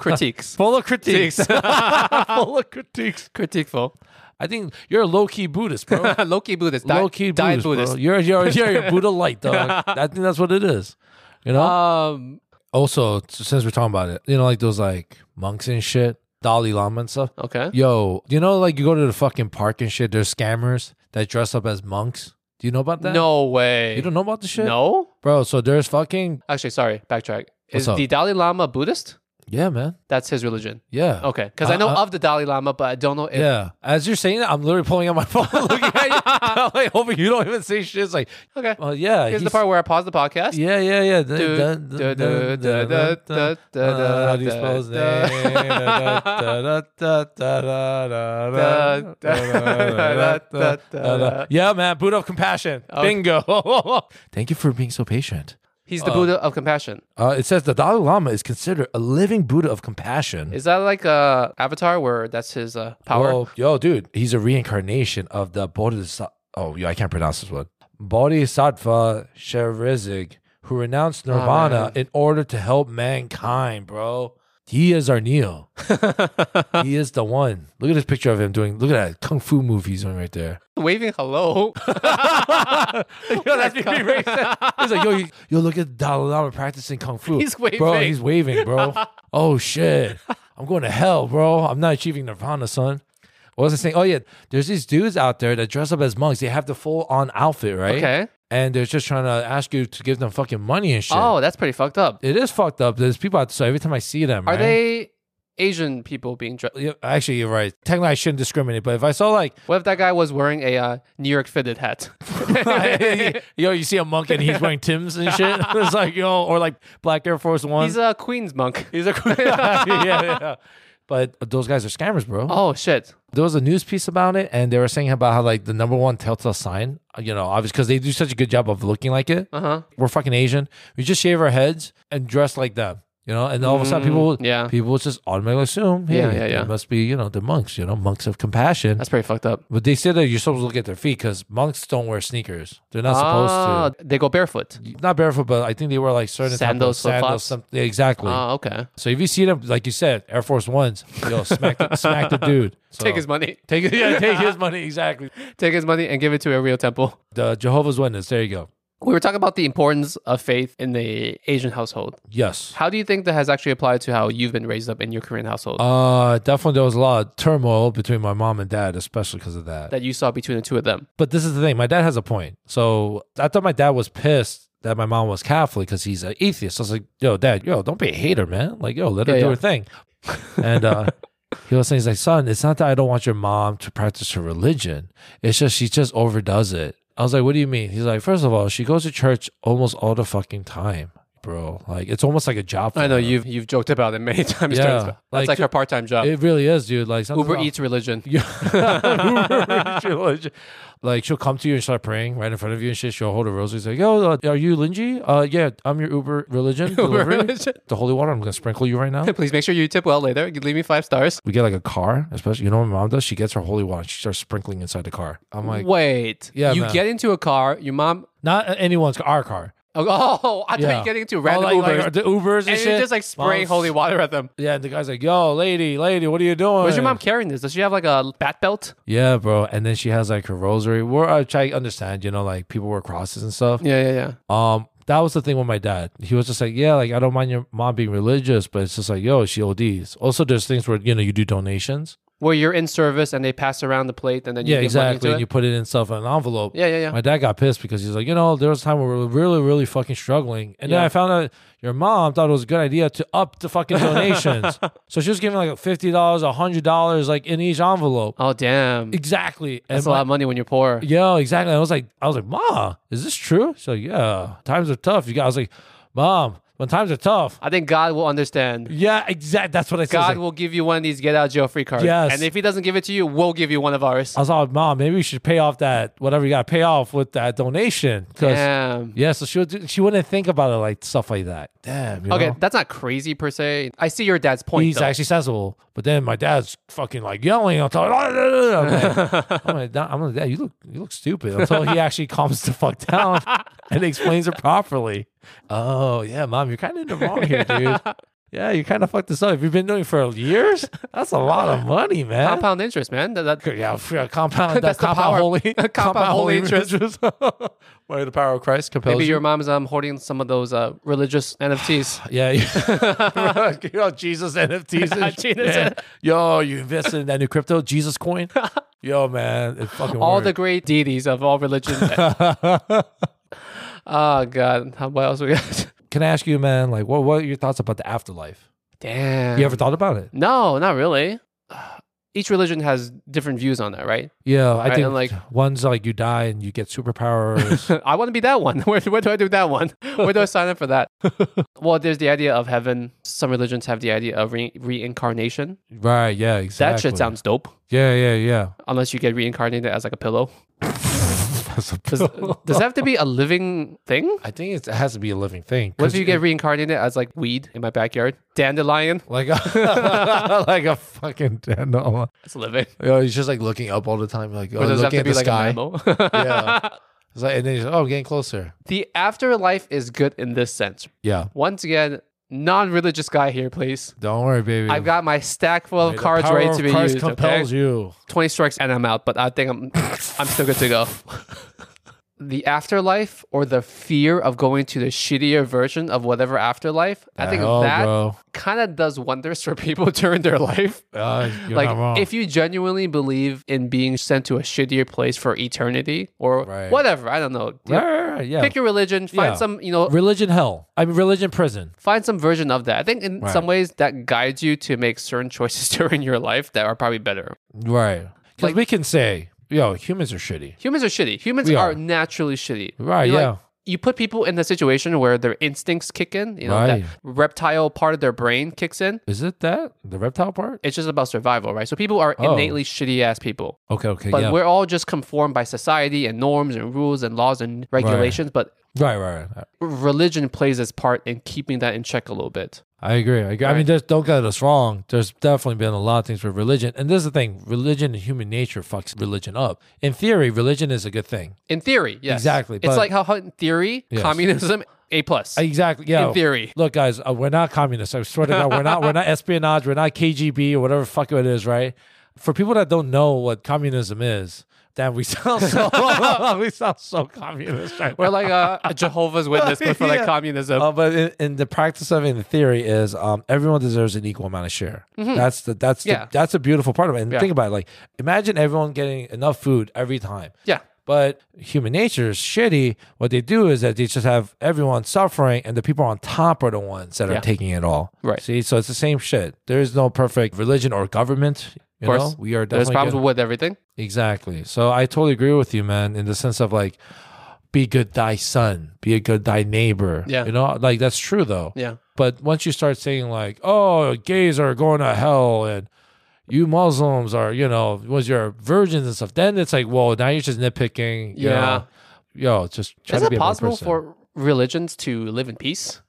critiques.
Full of critiques. Full of critiques.
critiqueful.
I think you're a low key Buddhist, bro.
Low-key Buddhist. Di-
low key
died
Buddhist, bro. You're you're you're, you're Buddha light, dog. I think that's what it is. You know.
Um,
also, s- since we're talking about it, you know, like those like monks and shit, Dalai Lama and stuff.
okay.
Yo, you know, like you go to the fucking park and shit. There's scammers that dress up as monks. Do you know about that?
No way.
You don't know about the shit?
No?
Bro, so there's fucking.
Actually, sorry, backtrack.
What's
Is
up?
the Dalai Lama Buddhist?
Yeah, man.
That's his religion.
Yeah.
Okay. Because I know
Uh, uh,
of the Dalai Lama, but I don't know if.
Yeah. As you're saying that, I'm literally pulling out my phone looking at you. I'm like, hoping you don't even say shit. It's like,
Okay.
well, Uh, yeah.
Here's the
he's-
part where I pause the podcast.
Yeah, yeah, yeah.
Du-
Da-
du-
da- da-
du-
da-
du-
da-
du-
da-
du-
da- How do you
du-
spell his
du-
name? Da- da- da- da- da- da- da- da-
Da-
da- da- da- da- da.
da.
Yeah, man. Buddha of compassion.
Okay.
Bingo. Thank you for being so patient.
He's the Buddha of compassion.
Uh, it says the Dalai Lama is considered a living Buddha of compassion.
Is that like a avatar where that's his uh, power?
Well, yo, dude, he's a reincarnation of the Bodhisattva. Oh, yeah, I can't pronounce this one. Bodhisattva Sharizig, who renounced nirvana
Oh, man.
in order to help mankind, bro. He is our Neo. he is the one. Look at this picture of him doing. Look at that kung fu move he's doing right there.
Waving hello.
yo, that's me being racist. He's like, yo, you- yo, look at Dalai Lama practicing kung fu.
He's
bro.
waving.
He's waving, bro. oh shit, I'm going to hell, bro. I'm not achieving nirvana, son. What was I saying? Oh yeah, there's these dudes out there that dress up as monks. They have the full on outfit, right?
Okay.
And they're just trying to ask you to give them fucking money and shit.
Oh, that's pretty fucked up.
It is fucked up. There's people out there. So every time I see them,
Are
right?
they Asian people being dressed?
Yeah, Actually, you're right. Technically, I shouldn't discriminate, but if I saw like,
What if that guy was wearing a uh, New York fitted hat?
yo, you see a monk and he's wearing Tim's and shit, it's like yo, or like black Air Force Ones.
He's a Queens monk.
He's a yeah, yeah. But those guys are scammers, bro.
Oh shit.
There was a news piece about it, and they were saying about how like the number one telltale sign, you know, obviously because they do such a good job of looking like it.
Uh huh.
We're fucking Asian. We just shave our heads and dress like them, you know. And all of a sudden, people,
Mm, yeah.
people just automatically assume, hey,
Yeah, yeah, yeah.
they must be, you know, the monks, you know, monks of compassion.
That's pretty fucked up.
but they said that you're supposed to look at their feet because monks don't wear sneakers. They're not supposed to.
Ah, They go barefoot.
Not barefoot, but I think they wear like certain type of
Sandals, flip-flops?
sandals, something. Exactly.
Oh, okay.
So if you see them, like you said, Air Force Ones, yo, smack the, smack the dude. So-
Take his money.
take his- yeah, take his money exactly.
Take his money and give it to a real temple.
The Jehovah's Witness. There you go.
We were talking about the importance of faith in the Asian household.
Yes.
How do you think that has actually applied to how you've been raised up in your Korean household
Uh, definitely there was a lot of turmoil between my mom and dad, especially because of that.
that you saw between the two of them?
But
But
this is the thing. My dad has a point. So I thought my dad was pissed that my mom was Catholic because he's an atheist. I was like, yo, dad, yo, don't be a hater, man. Like, yo, let her
Yeah,
do
yeah.
her thing. And uh, he was saying, he's like, son, it's not that I don't want your mom to practice her religion. It's just she just overdoes it. I was like, what do you mean? He's like, first of all, she goes to church almost all the fucking time, bro. Like, it's almost like a job. for
I know
her.
you've you've joked about it many times.
Yeah,
during this-
like
That's like
ju-
her part time job.
It really is, dude. Like something
Uber
about-
Eats religion.
Yeah. She'll- she- like she'll come to you and start praying right in front of you and shit. She'll hold a rosary. She's like, "Yo, uh, are you Linji? Uh, yeah, I'm your Uber religion delivery.
religion.
The holy water. I'm gonna sprinkle you right now."
Please make sure you tip well later. You leave me five stars.
We get like a car, especially you know what my mom does. She gets her holy water. and She starts sprinkling inside the car. I'm
Oh Mm.
like,
Wait.
Yeah,
You
man.
get into a car. Your mom.
not uh, anyone's car, our car.
Oh, I thought
Yeah.
you get into
Oh,
random
like,
Ubers.
like, the Ubers and,
and
shit.
you just like spray
Mom's-
holy water at them.
Yeah, and the guy's like, "Yo, lady, lady, what are you doing?"
Where's your mom carrying this? Does she have like a bat belt?
Yeah, bro. And then she has like her rosary. Where I try to understand, you know, like people wear crosses and stuff.
Yeah, yeah, yeah.
Um, that was the thing with my dad. He was just like, yeah, like I don't mind your mom being religious, but it's just like, yo, she ODs. Also, there's things where you know you do donations.
Where you're in service and they pass around the plate and then you
yeah,
give
exactly.
money
And
to
you
it.
put it in stuff in an envelope.
Yeah, yeah, yeah.
My dad got pissed because he's like, you know, there was a time where we were really, really fucking struggling, and then
Yeah.
I found out your mom thought it was a good idea to up the fucking donations. so she was giving like fifty dollars, hundred dollars, like in each envelope.
Oh damn,
Exactly.
that's
and
a lot of money when you're poor.
Yeah, exactly. I was like, I was like, Ma, is this true? She's like, Yeah, times are tough. You guys, I was like, Mom, When times are tough.
I think God will understand.
Yeah, exactly. That's what I said.
God
It's like-
will give you one of these get out jail free cards.
Yes.
And if he doesn't give it to you, we'll give you one of ours.
I was like, Mom, maybe we should pay off that whatever you got to pay off with that donation. 'Cause-
Damn.
yeah, so she would, she wouldn't think about it like stuff like that. Damn. You
Okay,
know?
that's not crazy per se. I see your dad's point.
He's
though.
actually sensible, but then my dad's fucking like yelling. I'm "Ah, talking. I'm like, I'm like, "Dad, I'm like, Dad, you look, you look stupid. Until he actually calms the fuck down and explains it properly. Oh yeah, mom, you're kind of in the wrong here, dude. Yeah, you kind of fucked this up. If you've been doing it for years, that's a lot of money, man.
Compound interest, man. That- that-
Yeah, f- yeah, compound that
That's the
compound
power.
holy
Compound holy interest.
Why the power of Christ compels
maybe
you?
your mom's um, holding some of those uh, religious NFTs.
yeah, yeah. you know, Jesus NFTs. and shit,
Jesus.
man. Yo, you invested in that new crypto, Jesus coin. Yo, man, it fucking
all the
worked.
great deities of all religions. oh God, how what else we got?
Can I ask you, man? Like, what what are your thoughts about the afterlife?
Damn.
You ever thought about it?
no, not really. Each religion has different views on that, right?
Yeah, I
Right,
think
and, like-
like one's like you die and you get superpowers.
I want to be that one. Where, where do I do that one? Where do I sign up for that? well, there's the idea of heaven. Some religions have the idea of re- reincarnation.
right? Yeah,
That
exactly.
shit sounds dope.
Yeah, yeah, yeah.
Unless you get reincarnated as like a pillow.
That's a-
Does, does that have to be a living thing?
I think it's, it has to be a living thing.
What
'cause
if you get reincarnated as like weed in my backyard? Dandelion?
like a, like a fucking dandelion?
That's living.
You know, he's just like looking up all the time, like oh,
Or does it have
looking
to
at
be
the
like a
sky.
mammal?
yeah, it's like, and then he's like, oh, I'm getting closer.
The afterlife is good in this sense.
Yeah,
Once again, non-religious guy here, please.
don't worry, baby.
I've got my stack full of
The
cards
power
ready
of
to be
Christ
used. Okay?
compels you.
20 strikes and I'm out, but I think I'm I'm still good to go. the afterlife or the fear of going to the shittier version of whatever afterlife, I think
Hell,
that
Oh, bro.
kind of does wonders for people during their life.
Uh, you're not wrong.
like if you genuinely believe in being sent to a shittier place for eternity or
Right.
whatever, I don't know.
Right, right, right, yeah,
Pick your religion, find
Yeah.
some, you know,
religion hell. I mean, religion prison.
find some version of that. I think in
Right.
some ways that guides you to make certain choices during your life that are probably better.
Right, because
Like-
we can say, yo, humans are shitty.
Humans are shitty. Humans
We
are.
are.
naturally shitty.
Right,
You, like,
yeah.
you put people in a situation where their instincts kick in, you know,
Right.
that reptile part of their brain kicks in.
Is it that the reptile part?
It's just about survival, right? So people are
Oh.
innately shitty ass people.
Okay, okay,
But
yeah,
we're all just conformed by society and norms and rules and laws and regulations. But
right, right, right.
religion plays its part in keeping that in check a little bit.
I agree. I, agree. I mean, there's, don't get us wrong. There's definitely been a lot of things with religion, and this is the thing: religion and human nature fucks religion up. In theory, religion is a good thing.
In theory, yes.
Exactly,
It's
but-
like how, how in theory,
Yes.
communism, A plus.
Exactly. Yeah.
In theory.
Look, guys, uh, we're not communists. I swear to God, we're not. We're not espionage. We're not KGB or whatever the fuck it is. Right. For people that don't know what communism is, damn, we sound so we sound so communist. Right?
We're like a, a Jehovah's Witness, but for like
Yeah.
communism.
Uh, but in, in the practice of it, in the theory is um, everyone deserves an equal amount of share. That's the that's
Mm-hmm. Yeah.
the, that's a beautiful part of it. And
Yeah.
think about it, like imagine everyone getting enough food every time.
yeah.
But human nature is shitty. What they do is that they just have everyone suffering, and the people on top are the ones that
Yeah.
are taking it all.
Right.
See, so it's the same shit. There is no perfect religion or government. You
Of course.
know, we are
There's
definitely
problems
good-
with everything.
exactly. So I totally agree with you, man, in the sense of like, be good thy son, be a good thy neighbor.
Yeah.
you know, like that's true though.
Yeah.
But once you start saying like, oh, gays are going to hell and you Muslims are, you know, was your virgins and stuff, then it's like, well, now you're just nitpicking. you
Yeah.
know. Yo, just try
Is
to
it
be a better
possible
person.
for religions to live in peace?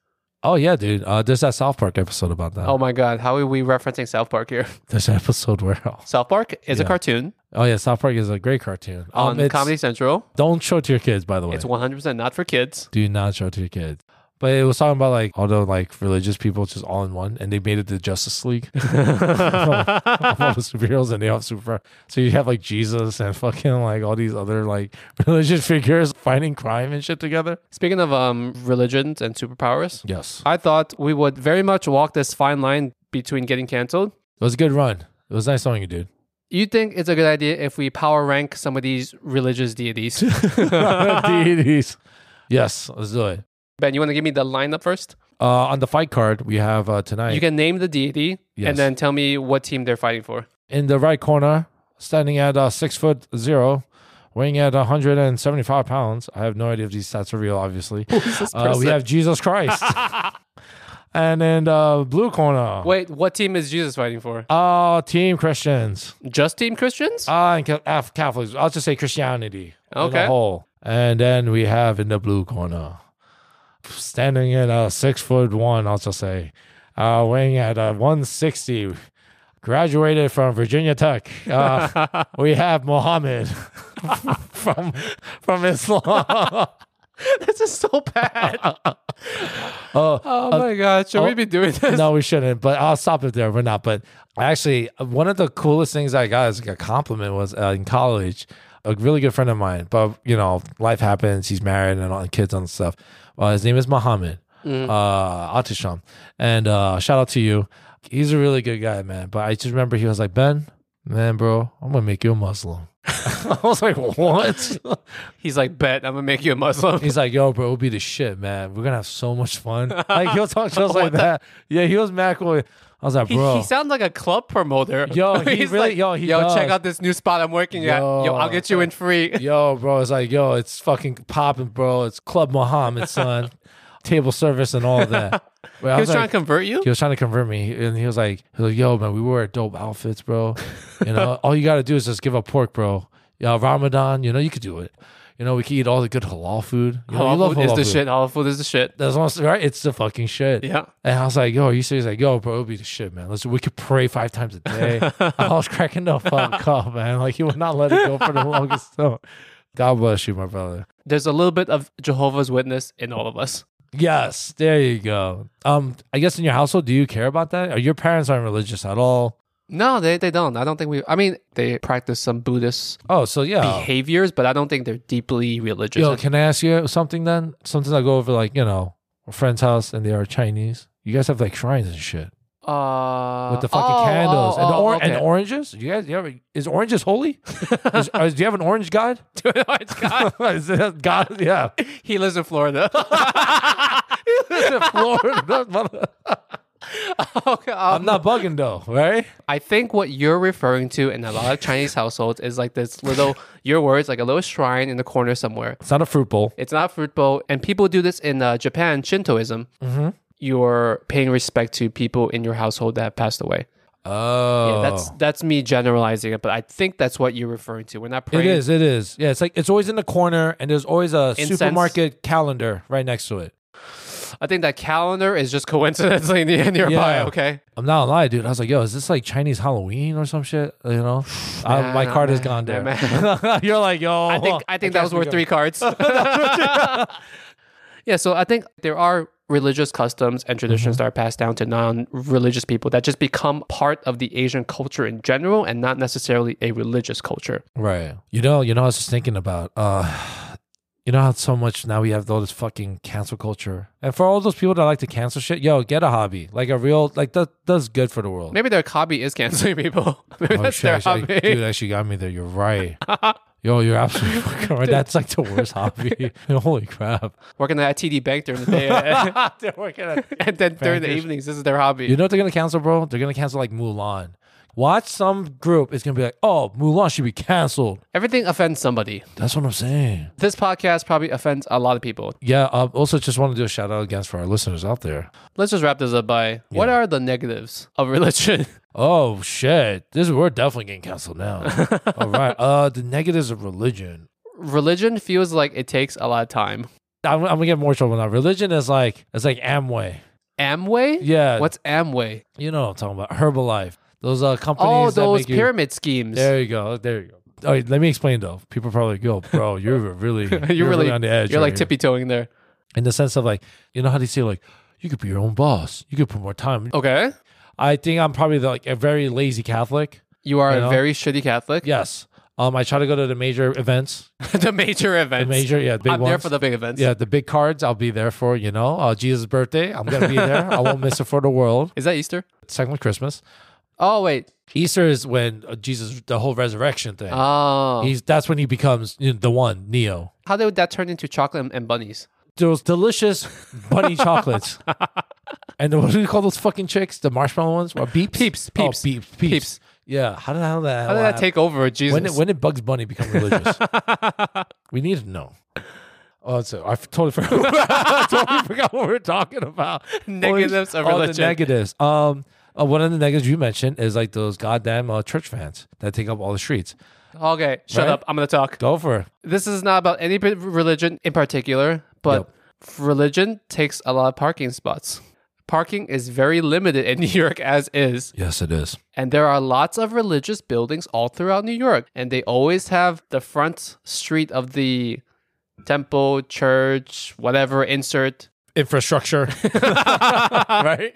Oh yeah, dude. Uh, there's that South Park episode about that.
Oh my God. How are we referencing South Park here?
There's an episode where
South Park is a
Yeah.
cartoon
Oh yeah, South Park is a great cartoon. Um,
on
it's-
Comedy Central.
Don't show it to your kids, by the way.
It's 100% not for kids.
Do not show it to your kids. But it was talking about like all the like religious people just all in one, and they made it the Justice League. of all the superheroes and they all have super so you have like jesus and fucking like all these other like religious figures fighting crime and shit together
Speaking of um, religions and superpowers,
yes
I thought we would very much walk this fine line between getting canceled.
it was a good run it was nice knowing you dude
You think it's a good idea if we power rank some of these religious deities?
deities yes let's do it
ben, you want to give me the lineup first?
uh on the fight card we have uh
You
tonight
can name the deity
Yes.
and then tell me what team they're fighting for.
in the right corner standing at uh six foot zero weighing at 175 pounds i have no idea if these stats are real obviously
This
uh, we
person.
have jesus christ And then the blue corner.
Wait, what team is Jesus fighting for?
Uh, team Christians.
Just Team Christians?
Uh, and Ca- Af- Catholics. I'll just say Christianity. as a
Okay.
whole. And then we have in the blue corner, standing at a six foot one, I'll just say, uh, weighing at a 160, graduated from Virginia Tech. Uh, we have Mohammed from, from Islam.
this is so bad.
Uh,
oh my God. Should we
oh,
be doing this?
no, we shouldn't. But I'll stop it there. We're not. But actually, one of the coolest things I got as like a compliment was uh, in college. A really good friend of mine, but you know, life happens. He's married and all kids and stuff. Uh, his name is Mohammed uh, Atisham, and uh, shout out to you. He's a really good guy, man. But I just remember he was like, Ben, man, bro, I'm gonna make you a Muslim. I was like, what?
He's like, bet I'm going to make you a Muslim.
He's like, yo, bro, it'll be the shit, man. We're gonna have so much fun. Like he'll talk to us like that. Yeah, he was mad cool. I was like,
Oh, He,
bro.
he sounds like a club promoter.
Yo, he
He's
really-
like,
yo, he
yo, check
does.
out this new spot I'm working at. Yo,
Yo.
I'll get you in free.
yo, bro, it's like, yo, it's fucking popping, bro. It's Club Muhammad, son. Table service and all that. But I
he was trying
like-
to convert you?
he was trying to convert me, and he was like, he was like, "Yo, man, we wear dope outfits, bro. You know, all you gotta do is just give up pork, bro. Yeah, Ramadan, you know, you could do it. You know, we can eat all the good halal food. You know,
Halal
you love
food is
halal
the
food.
shit. Halal food is the shit.
That's what I'm saying, right. It's the fucking shit.
Yeah.
And I was like, yo, are you serious? Like, yo, bro, it'll be the shit, man. Listen, we could pray five times a day. I was cracking the fuck up, man. Like, he would not let it go for the longest time. God bless you, my brother.
There's a little bit of Jehovah's Witness in all of us.
Yes, there you go. Um, I guess in your household, do you care about that? Are your parents aren't religious at all?
No, they, they don't. I don't think we. I mean, they practice some Buddhist
Oh, so yeah.
behaviors, but I don't think they're deeply religious.
Yo, can I ask you something then? Sometimes I go over like, you know, a friend's house and they are Chinese. You guys have like shrines and shit
uh,
with the fucking
oh,
candles
oh,
and, the
oh,
or-
okay.
and oranges. You guys, you ever, is oranges holy? Is- uh, do you have an orange god?
It's God.
Is that God, yeah.
he lives in Florida.
Is it Florida? Mother-
Okay, um,
I'm not bugging though, right?
I think what you're referring to in a lot of Chinese households is like this little, your words, like a little shrine in the corner somewhere.
It's not a fruit bowl.
It's not fruit bowl, and people do this in uh, Japan Shintoism.
Mm-hmm.
You're paying respect to people in your household that passed away.
Oh,
Yeah, that's that's me generalizing it, but I think that's what you're referring to. We're not
it
praying.
is. It is. Yeah, it's like it's always in the corner, and there's always a
Incense.
supermarket calendar right next to it.
I think that calendar is just coincidentally nearby.
Yeah.
Okay.
I'm not gonna lie, dude. I was like, yo, is this like Chinese Halloween or some shit? You know, I, my
Nah,
card has
man.
gone there.
Nah,
You're like, yo,
I think I think that
guess
was
Oh, we
worth
go.
three cards. yeah, so I think there are religious customs and traditions
Mm-hmm.
that are passed down to non-religious people that just become part of the Asian culture in general and not necessarily a religious culture.
Right. You know, you know, I was just thinking about uh you know how so much now we have all this fucking cancel culture. And for all those people that like to cancel shit, yo, get a hobby. Like a real like that that's good for the world.
Maybe their hobby is canceling people. Maybe
Oh,
that's
shit,
their
actually-
hobby.
dude, actually got me there. You're right. Yo, you're absolutely fucking right. That's like the worst hobby. Holy crap.
Working at TD Bank during the day
They're working at
and then during the
Bankers.
evenings, this is their hobby.
You know what they're gonna cancel, bro? They're gonna cancel like Mulan. Watch some group is gonna be like, oh, Mulan should be canceled.
Everything offends somebody.
That's what I'm saying.
This podcast probably offends a lot of people.
Yeah. Um, also, just want to do a shout out again for our listeners out there.
Let's just wrap this up by what are the negatives of religion?
Oh shit! This we're definitely getting canceled now. All right. Uh, the negatives of religion.
religion feels like it takes a lot of time.
I'm, I'm gonna get more trouble now. Religion is like it's like Amway.
Amway?
Yeah.
What's Amway?
you know what I'm talking about? Herbalife. Those uh companies.
Oh,
that
those
make you-
pyramid schemes.
there you go. There you go. All right, let me explain though. People probably go, bro, you're really, you're,
You're, really,
on the edge.
You're
right
like
here."
tippy toeing there.
in the sense of like, you know how they say like, you could be your own boss. You could put more time.
Okay.
I think I'm probably like a very lazy Catholic.
You are
You
a
know?
very shitty Catholic.
Yes. Um, I try to go to the major events.
the major
The
events.
major, yeah, big
I'm
ones.
there for the big events.
Yeah, the big cards I'll be there for, you know. Uh, Jesus' birthday, I'm going to be there. I won't miss it for the world.
Is that Easter?
Second Christmas.
Oh wait.
Easter is when uh, Jesus, the whole resurrection thing.
Oh.
He's That's when he becomes you know, the one, Neo.
How did that turn into chocolate and, and bunnies?
Those delicious bunny chocolates. And the- what do you call those fucking chicks? The marshmallow ones? Or beeps?
Peeps,
Oh,
peeps,
beeps, peeps.
peeps.
Yeah, how did, how did that
How did that take over Jesus?
When did, when did Bugs Bunny become religious? we need to know. Oh, so I f- totally forgot. I totally forgot what we were talking about.
Negatives of
All
religion.
The negatives. Um, uh, one of the negatives you mentioned is like those goddamn uh, church fans that take up all the streets.
Okay, shut
Right?
up. I'm gonna talk.
Go for it.
This is not about any p- religion in particular, but religion takes a lot of parking spots. Parking is very limited in New York as is,
Yes, it is.
and there are lots of religious buildings all throughout New York, and they always have the front street of the temple, church, whatever insert
Infrastructure, right?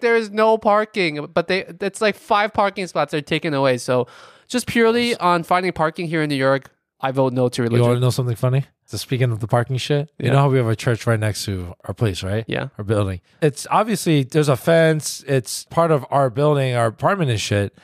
there is no parking, but they it's like five parking spots are taken away. So just purely on finding parking here in New York, I vote no to
You
religion.
want to know something funny? So speaking of the parking shit, you know how we have a church right next to our place, right?
Yeah.
Our building. It's obviously there's a fence. It's part of our building, our apartment and shit.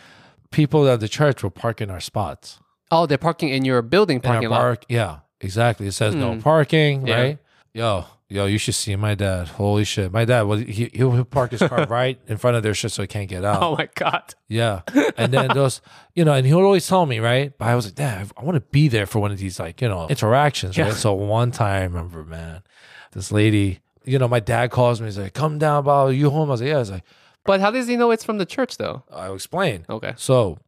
People at the church will park in our spots.
Oh, they're parking in your building
In our
parking lot. Hmm.
park- Yeah, exactly. It says no parking,
Yeah.
right? Yo, yo, you should see my dad. Holy shit, my dad. Well, he he'll he'll park his car right in front of their shit so he can't get out.
Oh my god.
Yeah. And then those, you know, and he would always tell me, right? But I was like, damn, I want to be there for one of these, like, you know, interactions,
Yeah.
right? So one time, I remember, man, this lady, you know, my dad calls me, he's like, come down, Bob, are you home? I was like, yeah. I was like,
But how does he know it's from the church though?
I'll explain.
Okay.
So,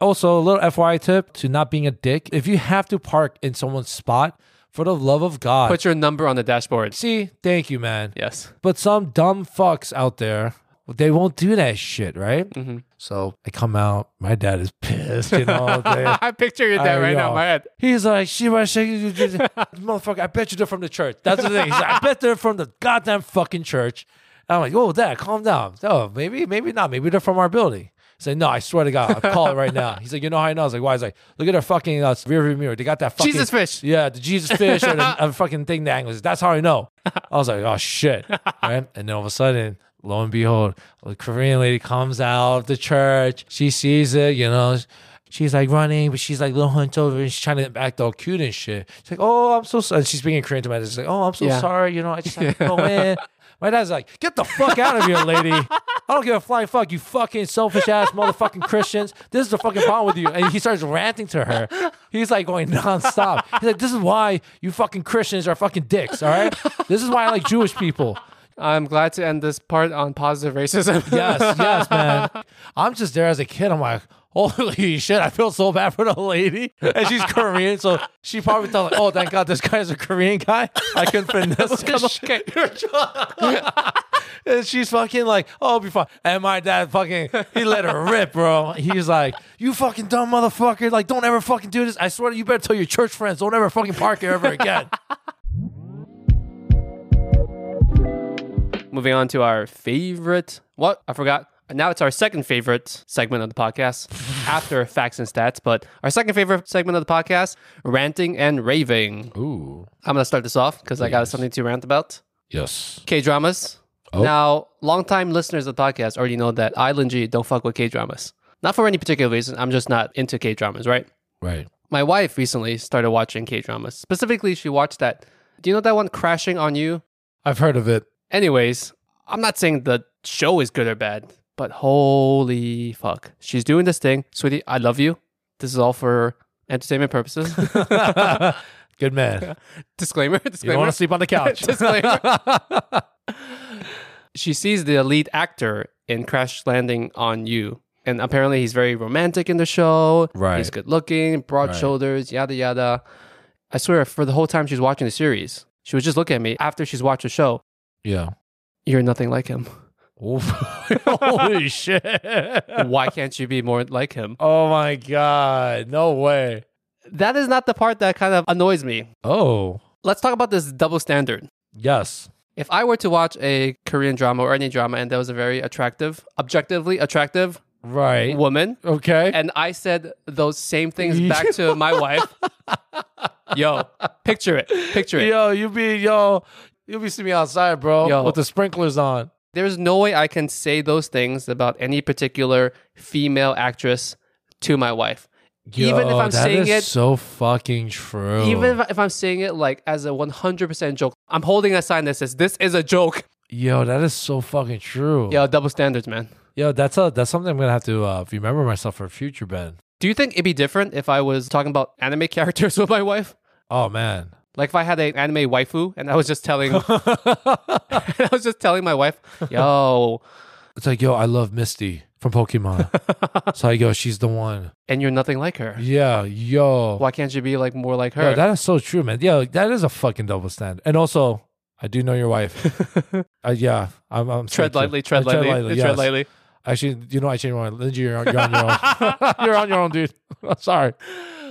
also a little FYI tip to not being a dick. If you have to park in someone's spot, for the love of God,
Put your number on the dashboard.
see, thank you, man.
Yes.
But some dumb fucks out there, they won't do that shit, right?
Mhm.
So I come out, my dad is pissed, you know, they-
I picture your dad
I
right now
know.
in my head.
He's like, she was shaking, motherfucker. I bet you they're from the church. That's the thing. He's like, I bet they're from the goddamn fucking church. And I'm like, oh, dad, calm down. Oh, maybe, maybe not. Maybe they're from our building. He's like, no, I swear to God, I'll call it right now. He's like, you know how I know? I was like, why? He's like, look at their fucking uh, rear view mirror. They got that fucking
Jesus fish.
Yeah, the Jesus fish or the a fucking thing that angles. That's how I know. I was like, oh shit, right? And then all of a sudden. Lo and behold, a Korean lady comes out of the church. She sees it, you know. She's like running, but she's like little hunched over and she's trying to act all cute and shit. She's like, oh, I'm so sorry. She's being Korean to my dad. She's like, oh, I'm so
Yeah.
sorry. You know, I just had to go in. My dad's like, get the fuck out of here, lady. I don't give a flying fuck, you fucking selfish ass motherfucking Christians. This is the fucking problem with you. And he starts ranting to her. He's like going nonstop. He's like, this is why you fucking Christians are fucking dicks, all right? This is why I like Jewish people.
I'm glad to end this part on positive racism.
Yes, yes, man. I'm just there as a kid. I'm like, holy shit, I feel so bad for the lady. And she's Korean, so she probably thought, like, oh, thank God this guy's a Korean guy. I can finesse this shit.
okay.
And she's fucking like, oh, it'll be fine. And my dad fucking, he let her rip, bro. He's like, you fucking dumb motherfucker. Like, don't ever fucking do this. I swear to you, you better tell your church friends, don't ever fucking park here ever again.
Moving on to our favorite. What? I forgot. Now it's our second favorite segment of the podcast after facts and stats, but our second favorite segment of the podcast, ranting and raving.
Ooh.
I'm going to start this off because I got something to rant about.
Yes.
K dramas. Now, longtime listeners of the podcast already know that I, Lin G, don't fuck with K dramas. Not for any particular reason. I'm just not into K dramas, right?
Right.
My wife recently started watching K dramas. Specifically, she watched that. Do you know that one, Crashing on You?
I've heard of it.
Anyways, I'm not saying the show is good or bad, but holy fuck. She's doing this thing. Sweetie, I love you. This is all for entertainment purposes.
Good man.
disclaimer,
You don't want
disclaimer.
to sleep on the couch.
disclaimer. she sees the lead actor in Crash Landing on You. And apparently he's very romantic in the show.
Right.
He's good looking, broad
Right.
shoulders, yada yada. I swear for the whole time she's watching the series, she would just look at me after she's watched the show.
yeah.
You're nothing like him.
Oof. Holy shit.
Why can't you be more like him?
Oh my God. No way.
that is not the part that kind of annoys me.
Oh,
Let's talk about this double standard.
yes.
If I were to watch a Korean drama or any drama and there was a very attractive, objectively attractive
Right.
woman,
Okay.
and I said those same things back to my wife, yo, picture it, picture it.
Yo, you be, yo, you be seeing me outside, bro,
Yo.
with the sprinklers on.
There's no way I can say those things about any particular female actress to my wife. Even if
Yo,
I'm
that
saying
is
it-
so fucking true.
Even if, if I'm saying it like as a 100% joke, I'm holding a sign that says, This is a joke.
yo, that is so fucking true.
Yo, double standards, man.
yo, that's a that's something I'm gonna have to uh, remember myself for future Ben.
Do you think it'd be different if I was talking about anime characters with my wife?
Oh man,
Like if I had an anime waifu and I was just telling, I was just telling my wife, "Yo,
It's like, yo, I love Misty from Pokemon. it's like, yo, she's the one.
and you're nothing like her.
Yeah, yo.
Why can't you be like more like
Yo,
her?"
that is so true, man. Yeah, that is a fucking double standard. And also, I do know your wife. uh, yeah, I'm. I'm
tread
sorry, too.
lightly, tread
I
lightly, tread
yes.
lightly.
Actually, you know, I changed my mind. Lindsay, you're on, you're on your own. you're on your own, dude. sorry.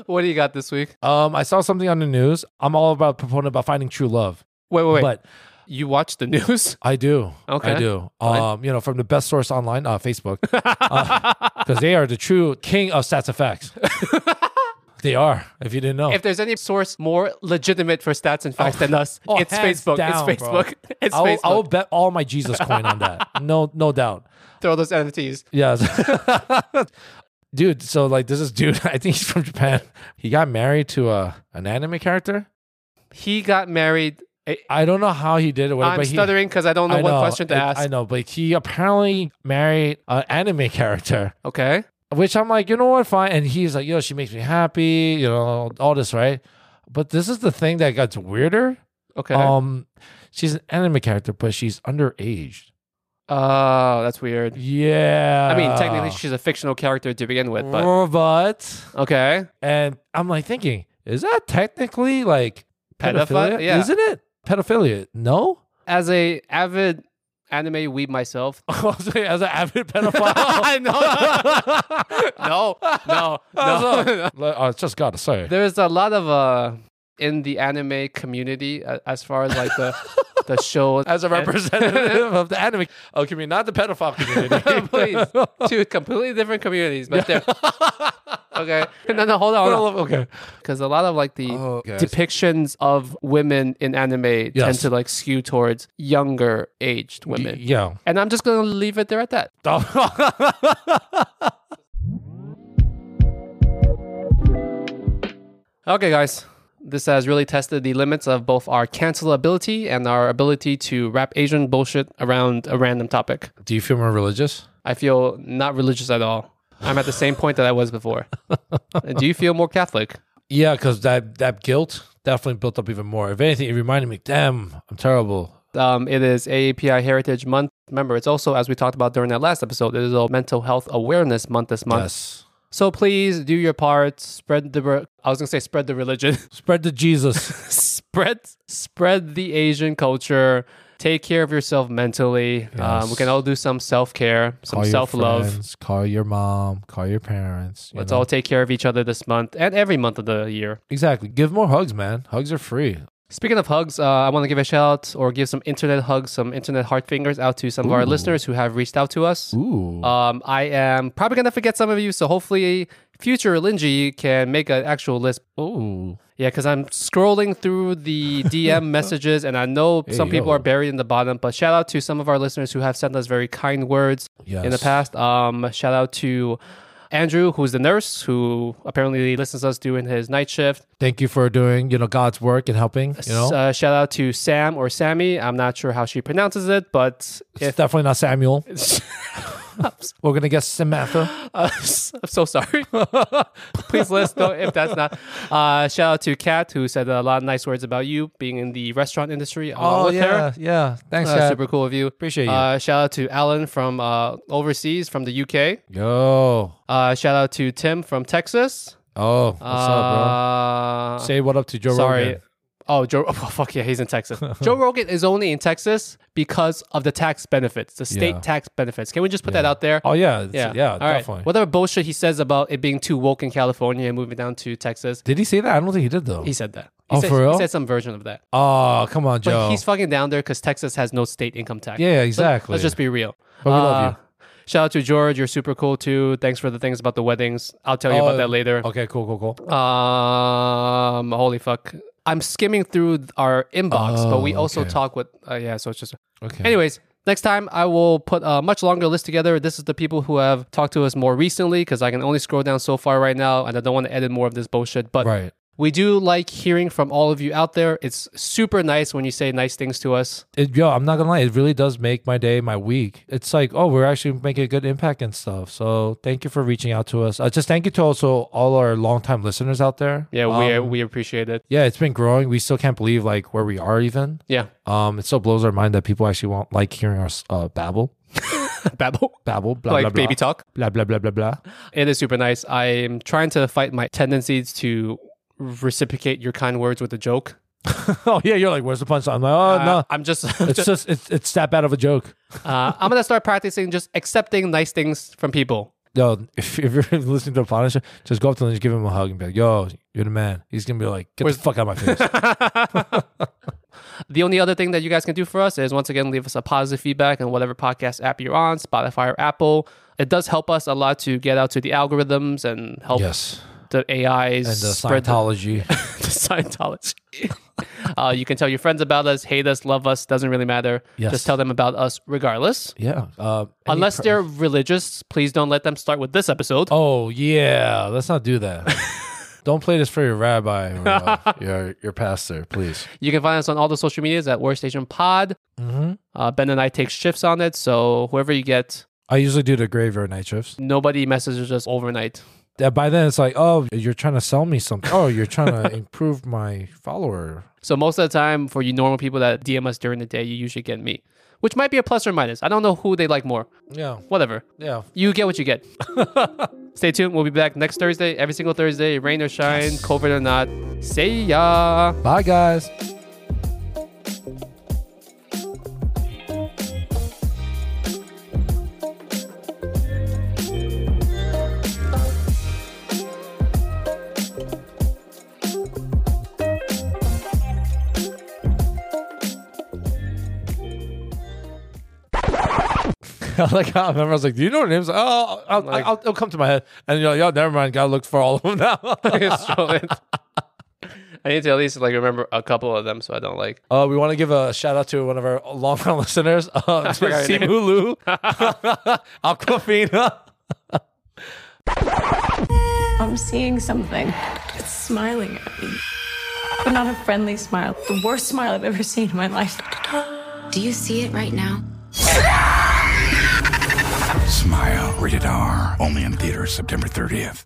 What do you got this week?
Um, I saw something on the news. I'm all about proponent about finding true love,
Wait, wait, wait.
but
you watched the news?
I do.
Okay.
I do.
Fine.
Um, you know, from the best source online, uh, Facebook, because they are the true king of stats and facts. they are. If you didn't know,
If there's any source more legitimate for stats and facts than us,
Oh. Oh,
it's
hands
Facebook.
down,
it's
bro.
Facebook. It's
I will,
Facebook.
I will bet all my Jesus coin on that. No, no doubt.
Throw those NFTs.
Yes. dude, so like this is dude, I think he's from Japan. He got married to a an anime character.
He got married. I,
I don't know how he did it. Whatever,
I'm
but he,
stuttering because I don't know
I
what
know,
question to
it-
ask.
I know, but he apparently married an anime character,
okay.
which I'm like, you know what, fine. And he's like, yo, she makes me happy, you know, all this, right? But this is the thing that gets weirder.
Okay.
Um, she's an anime character, but she's underage.
oh, that's weird.
Yeah.
I mean, technically, she's a fictional character to begin with, but
but
okay.
And I'm like thinking, is that technically like
Pedophi-
pedophilia?
yeah.
Isn't it? Pedophilia. No?
As a avid anime weeb myself,
As an avid pedophile.
I know. no, no, no.
Like, I just gotta say.
There's a lot of uh in the anime community a- as far as like the the show
As a representative of the anime oh, community, not the pedophile community.
please two completely different communities but they're okay no no hold on, hold on.
okay.
because a lot of like the
Oh, okay.
depictions of women in anime tend
Yes.
to like skew towards younger aged women
Yeah.
and i'm just gonna leave it there at that okay guys this has really tested the limits of both our cancelability and our ability to wrap asian bullshit around a random topic
Do you feel more religious?
I feel not religious at all. I'm at the same point that I was before. Do you feel more Catholic?
Yeah, because that, that guilt definitely built up even more. If anything, it reminded me, damn, I'm terrible.
Um, it is AAPI Heritage Month. Remember, it's also, as we talked about during that last episode, it is a mental health awareness month this month.
Yes.
So please do your part. Spread the. re- I was gonna say spread the religion.
Spread the Jesus.
spread spread the Asian culture. Take care of yourself mentally. Um, we
Yes.
can all do some self care, some
Call your
self love.
friends, Call your mom. Call your parents. you
Let's
know?
all take care of each other this month and every month of the year.
exactly. Give more hugs, man. Hugs are free.
Speaking of hugs, uh, I want to give a shout out or give some internet hugs, some internet heart fingers out to some of our
Ooh.
listeners who have reached out to us.
Ooh.
Um, I am probably going to forget some of you, so hopefully future Linji can make an actual list.
Ooh.
Yeah, because I'm scrolling through the DM messages and I know some
Hey,
people
yo.
are buried in the bottom, but shout out to some of our listeners who have sent us very kind words
Yes.
in the past. Um, shout out to Andrew, who's the nurse, who apparently listens to us doing his night shift.
Thank you for doing, you know, God's work and helping. You know,
uh, shout out to Sam or Sammy. I'm not sure how she pronounces it, but
it's
if
definitely not Samuel. We're gonna guess Samantha.
uh, I'm so sorry. Please let us know if that's not. Uh, shout out to Kat who said a lot of nice words about you being in the restaurant industry.
Oh,
along with her.
yeah. Thanks,
Uh,
Kat.
super cool of you.
Appreciate you.
Uh, shout out to Alan from uh, overseas from the UK.
Yo.
Uh, shout out to Tim from Texas.
Oh, what's up, bro?
Uh,
Say what up to Joe
Sorry.
Rogan.
Oh, Joe. Oh, fuck yeah, he's in Texas. Joe Rogan is only in Texas because of the tax benefits, the state
Yeah.
tax benefits. Can we just put that out there?
Oh yeah, it's-
yeah,
yeah,
All right.
definitely.
Whatever bullshit he says about it being too woke in California and moving down to Texas,
Did he say that? I don't think he did though.
he said that. He
Oh,
said,
for real?
He said some version of that.
oh, come on,
But
Joe.
he's fucking down there because Texas has no state income tax.
Yeah,
Let-
exactly.
Let's just be real. Uh,
But we love you.
Shout out to George. You're super cool too. Thanks for the things about the weddings. I'll tell you about
Oh,
that later.
okay, cool, cool, cool.
Um, holy fuck. I'm skimming through th- our inbox, but we
Oh,
also
okay.
talk with uh, yeah, so it's just
Okay.
Anyways, next time I will put a much longer list together. This is the people who have talked to us more recently cuz I can only scroll down so far right now and I don't want to edit more of this bullshit, but
right.
We do like hearing from all of you out there. It's super nice when you say nice things to us.
It, yo, I'm not gonna lie, it really does make my day, my week. It's like, oh, we're actually making a good impact and stuff. So thank you for reaching out to us. Uh, just thank you to also all our longtime listeners out there.
Yeah, we
Um,
we appreciate it.
yeah, it's been growing. We still can't believe like where we are even.
Yeah,
Um, it still blows our mind that people actually won't like hearing us uh, babble,
babble
babble, blah
like
blah blah,
baby talk.
blah blah blah blah blah.
It is super nice. I'm trying to fight my tendencies to reciprocate your kind words with a joke.
oh yeah, you're like, where's the punchline? I'm like, oh
Uh,
no,
I'm just,
it's just it's it's that bad of a joke.
uh, I'm gonna start practicing just accepting nice things from people.
Yo, if, if you're listening to a Punisher, just go up to him and just give him a hug and be like, yo, you're the man. He's gonna be like, get the fuck out of my face.
The only other thing that you guys can do for us is once again leave us a positive feedback on whatever podcast app you're on, Spotify or Apple. It does help us a lot to get out to the algorithms and help
yes,
the AIs
and the
spread the,
Scientology.
the Scientology. uh, you can tell your friends about us, hate us, love us, doesn't really matter.
Yes.
Just tell them about us regardless.
yeah, uh, any
Unless
per-
they're religious, please don't let them start with this episode.
oh yeah, let's not do that. Don't play this for your rabbi or uh, your your pastor, please.
You can find us on all the social medias at Workstation Pod.
hmm
Uh, ben and I take shifts on it, so whoever you get,
I usually do the graveyard night shifts.
nobody messages us overnight.
That by then it's like, oh, you're trying to sell me something. Oh, you're trying to improve my follower.
So most of the time, for you normal people that DM us during the day, you usually get me, which might be a plus or minus. I don't know who they like more.
Yeah,
Whatever.
yeah.
You get what you get. Stay tuned. We'll be back next Thursday, every single Thursday, rain or shine, COVID or not. See ya.
Bye, guys. like how I remember I was like, "Do you know their names?" Oh, I'll, I'll,
Like-
I'll, it'll come to my head, and you're like, "Yo, never mind." Gotta look for all of them now.
I need to at least like remember a couple of them so I don't like.
Uh, we want to give a shout out to one of our long-time listeners, uh,
forgot her
Team
name.
Hulu, Aquafina.
I'm seeing something. It's smiling at me. But not a friendly smile. The worst smile I've ever seen in my life.
Do you see it right now?
Smile, rated R, only in theaters September 30th.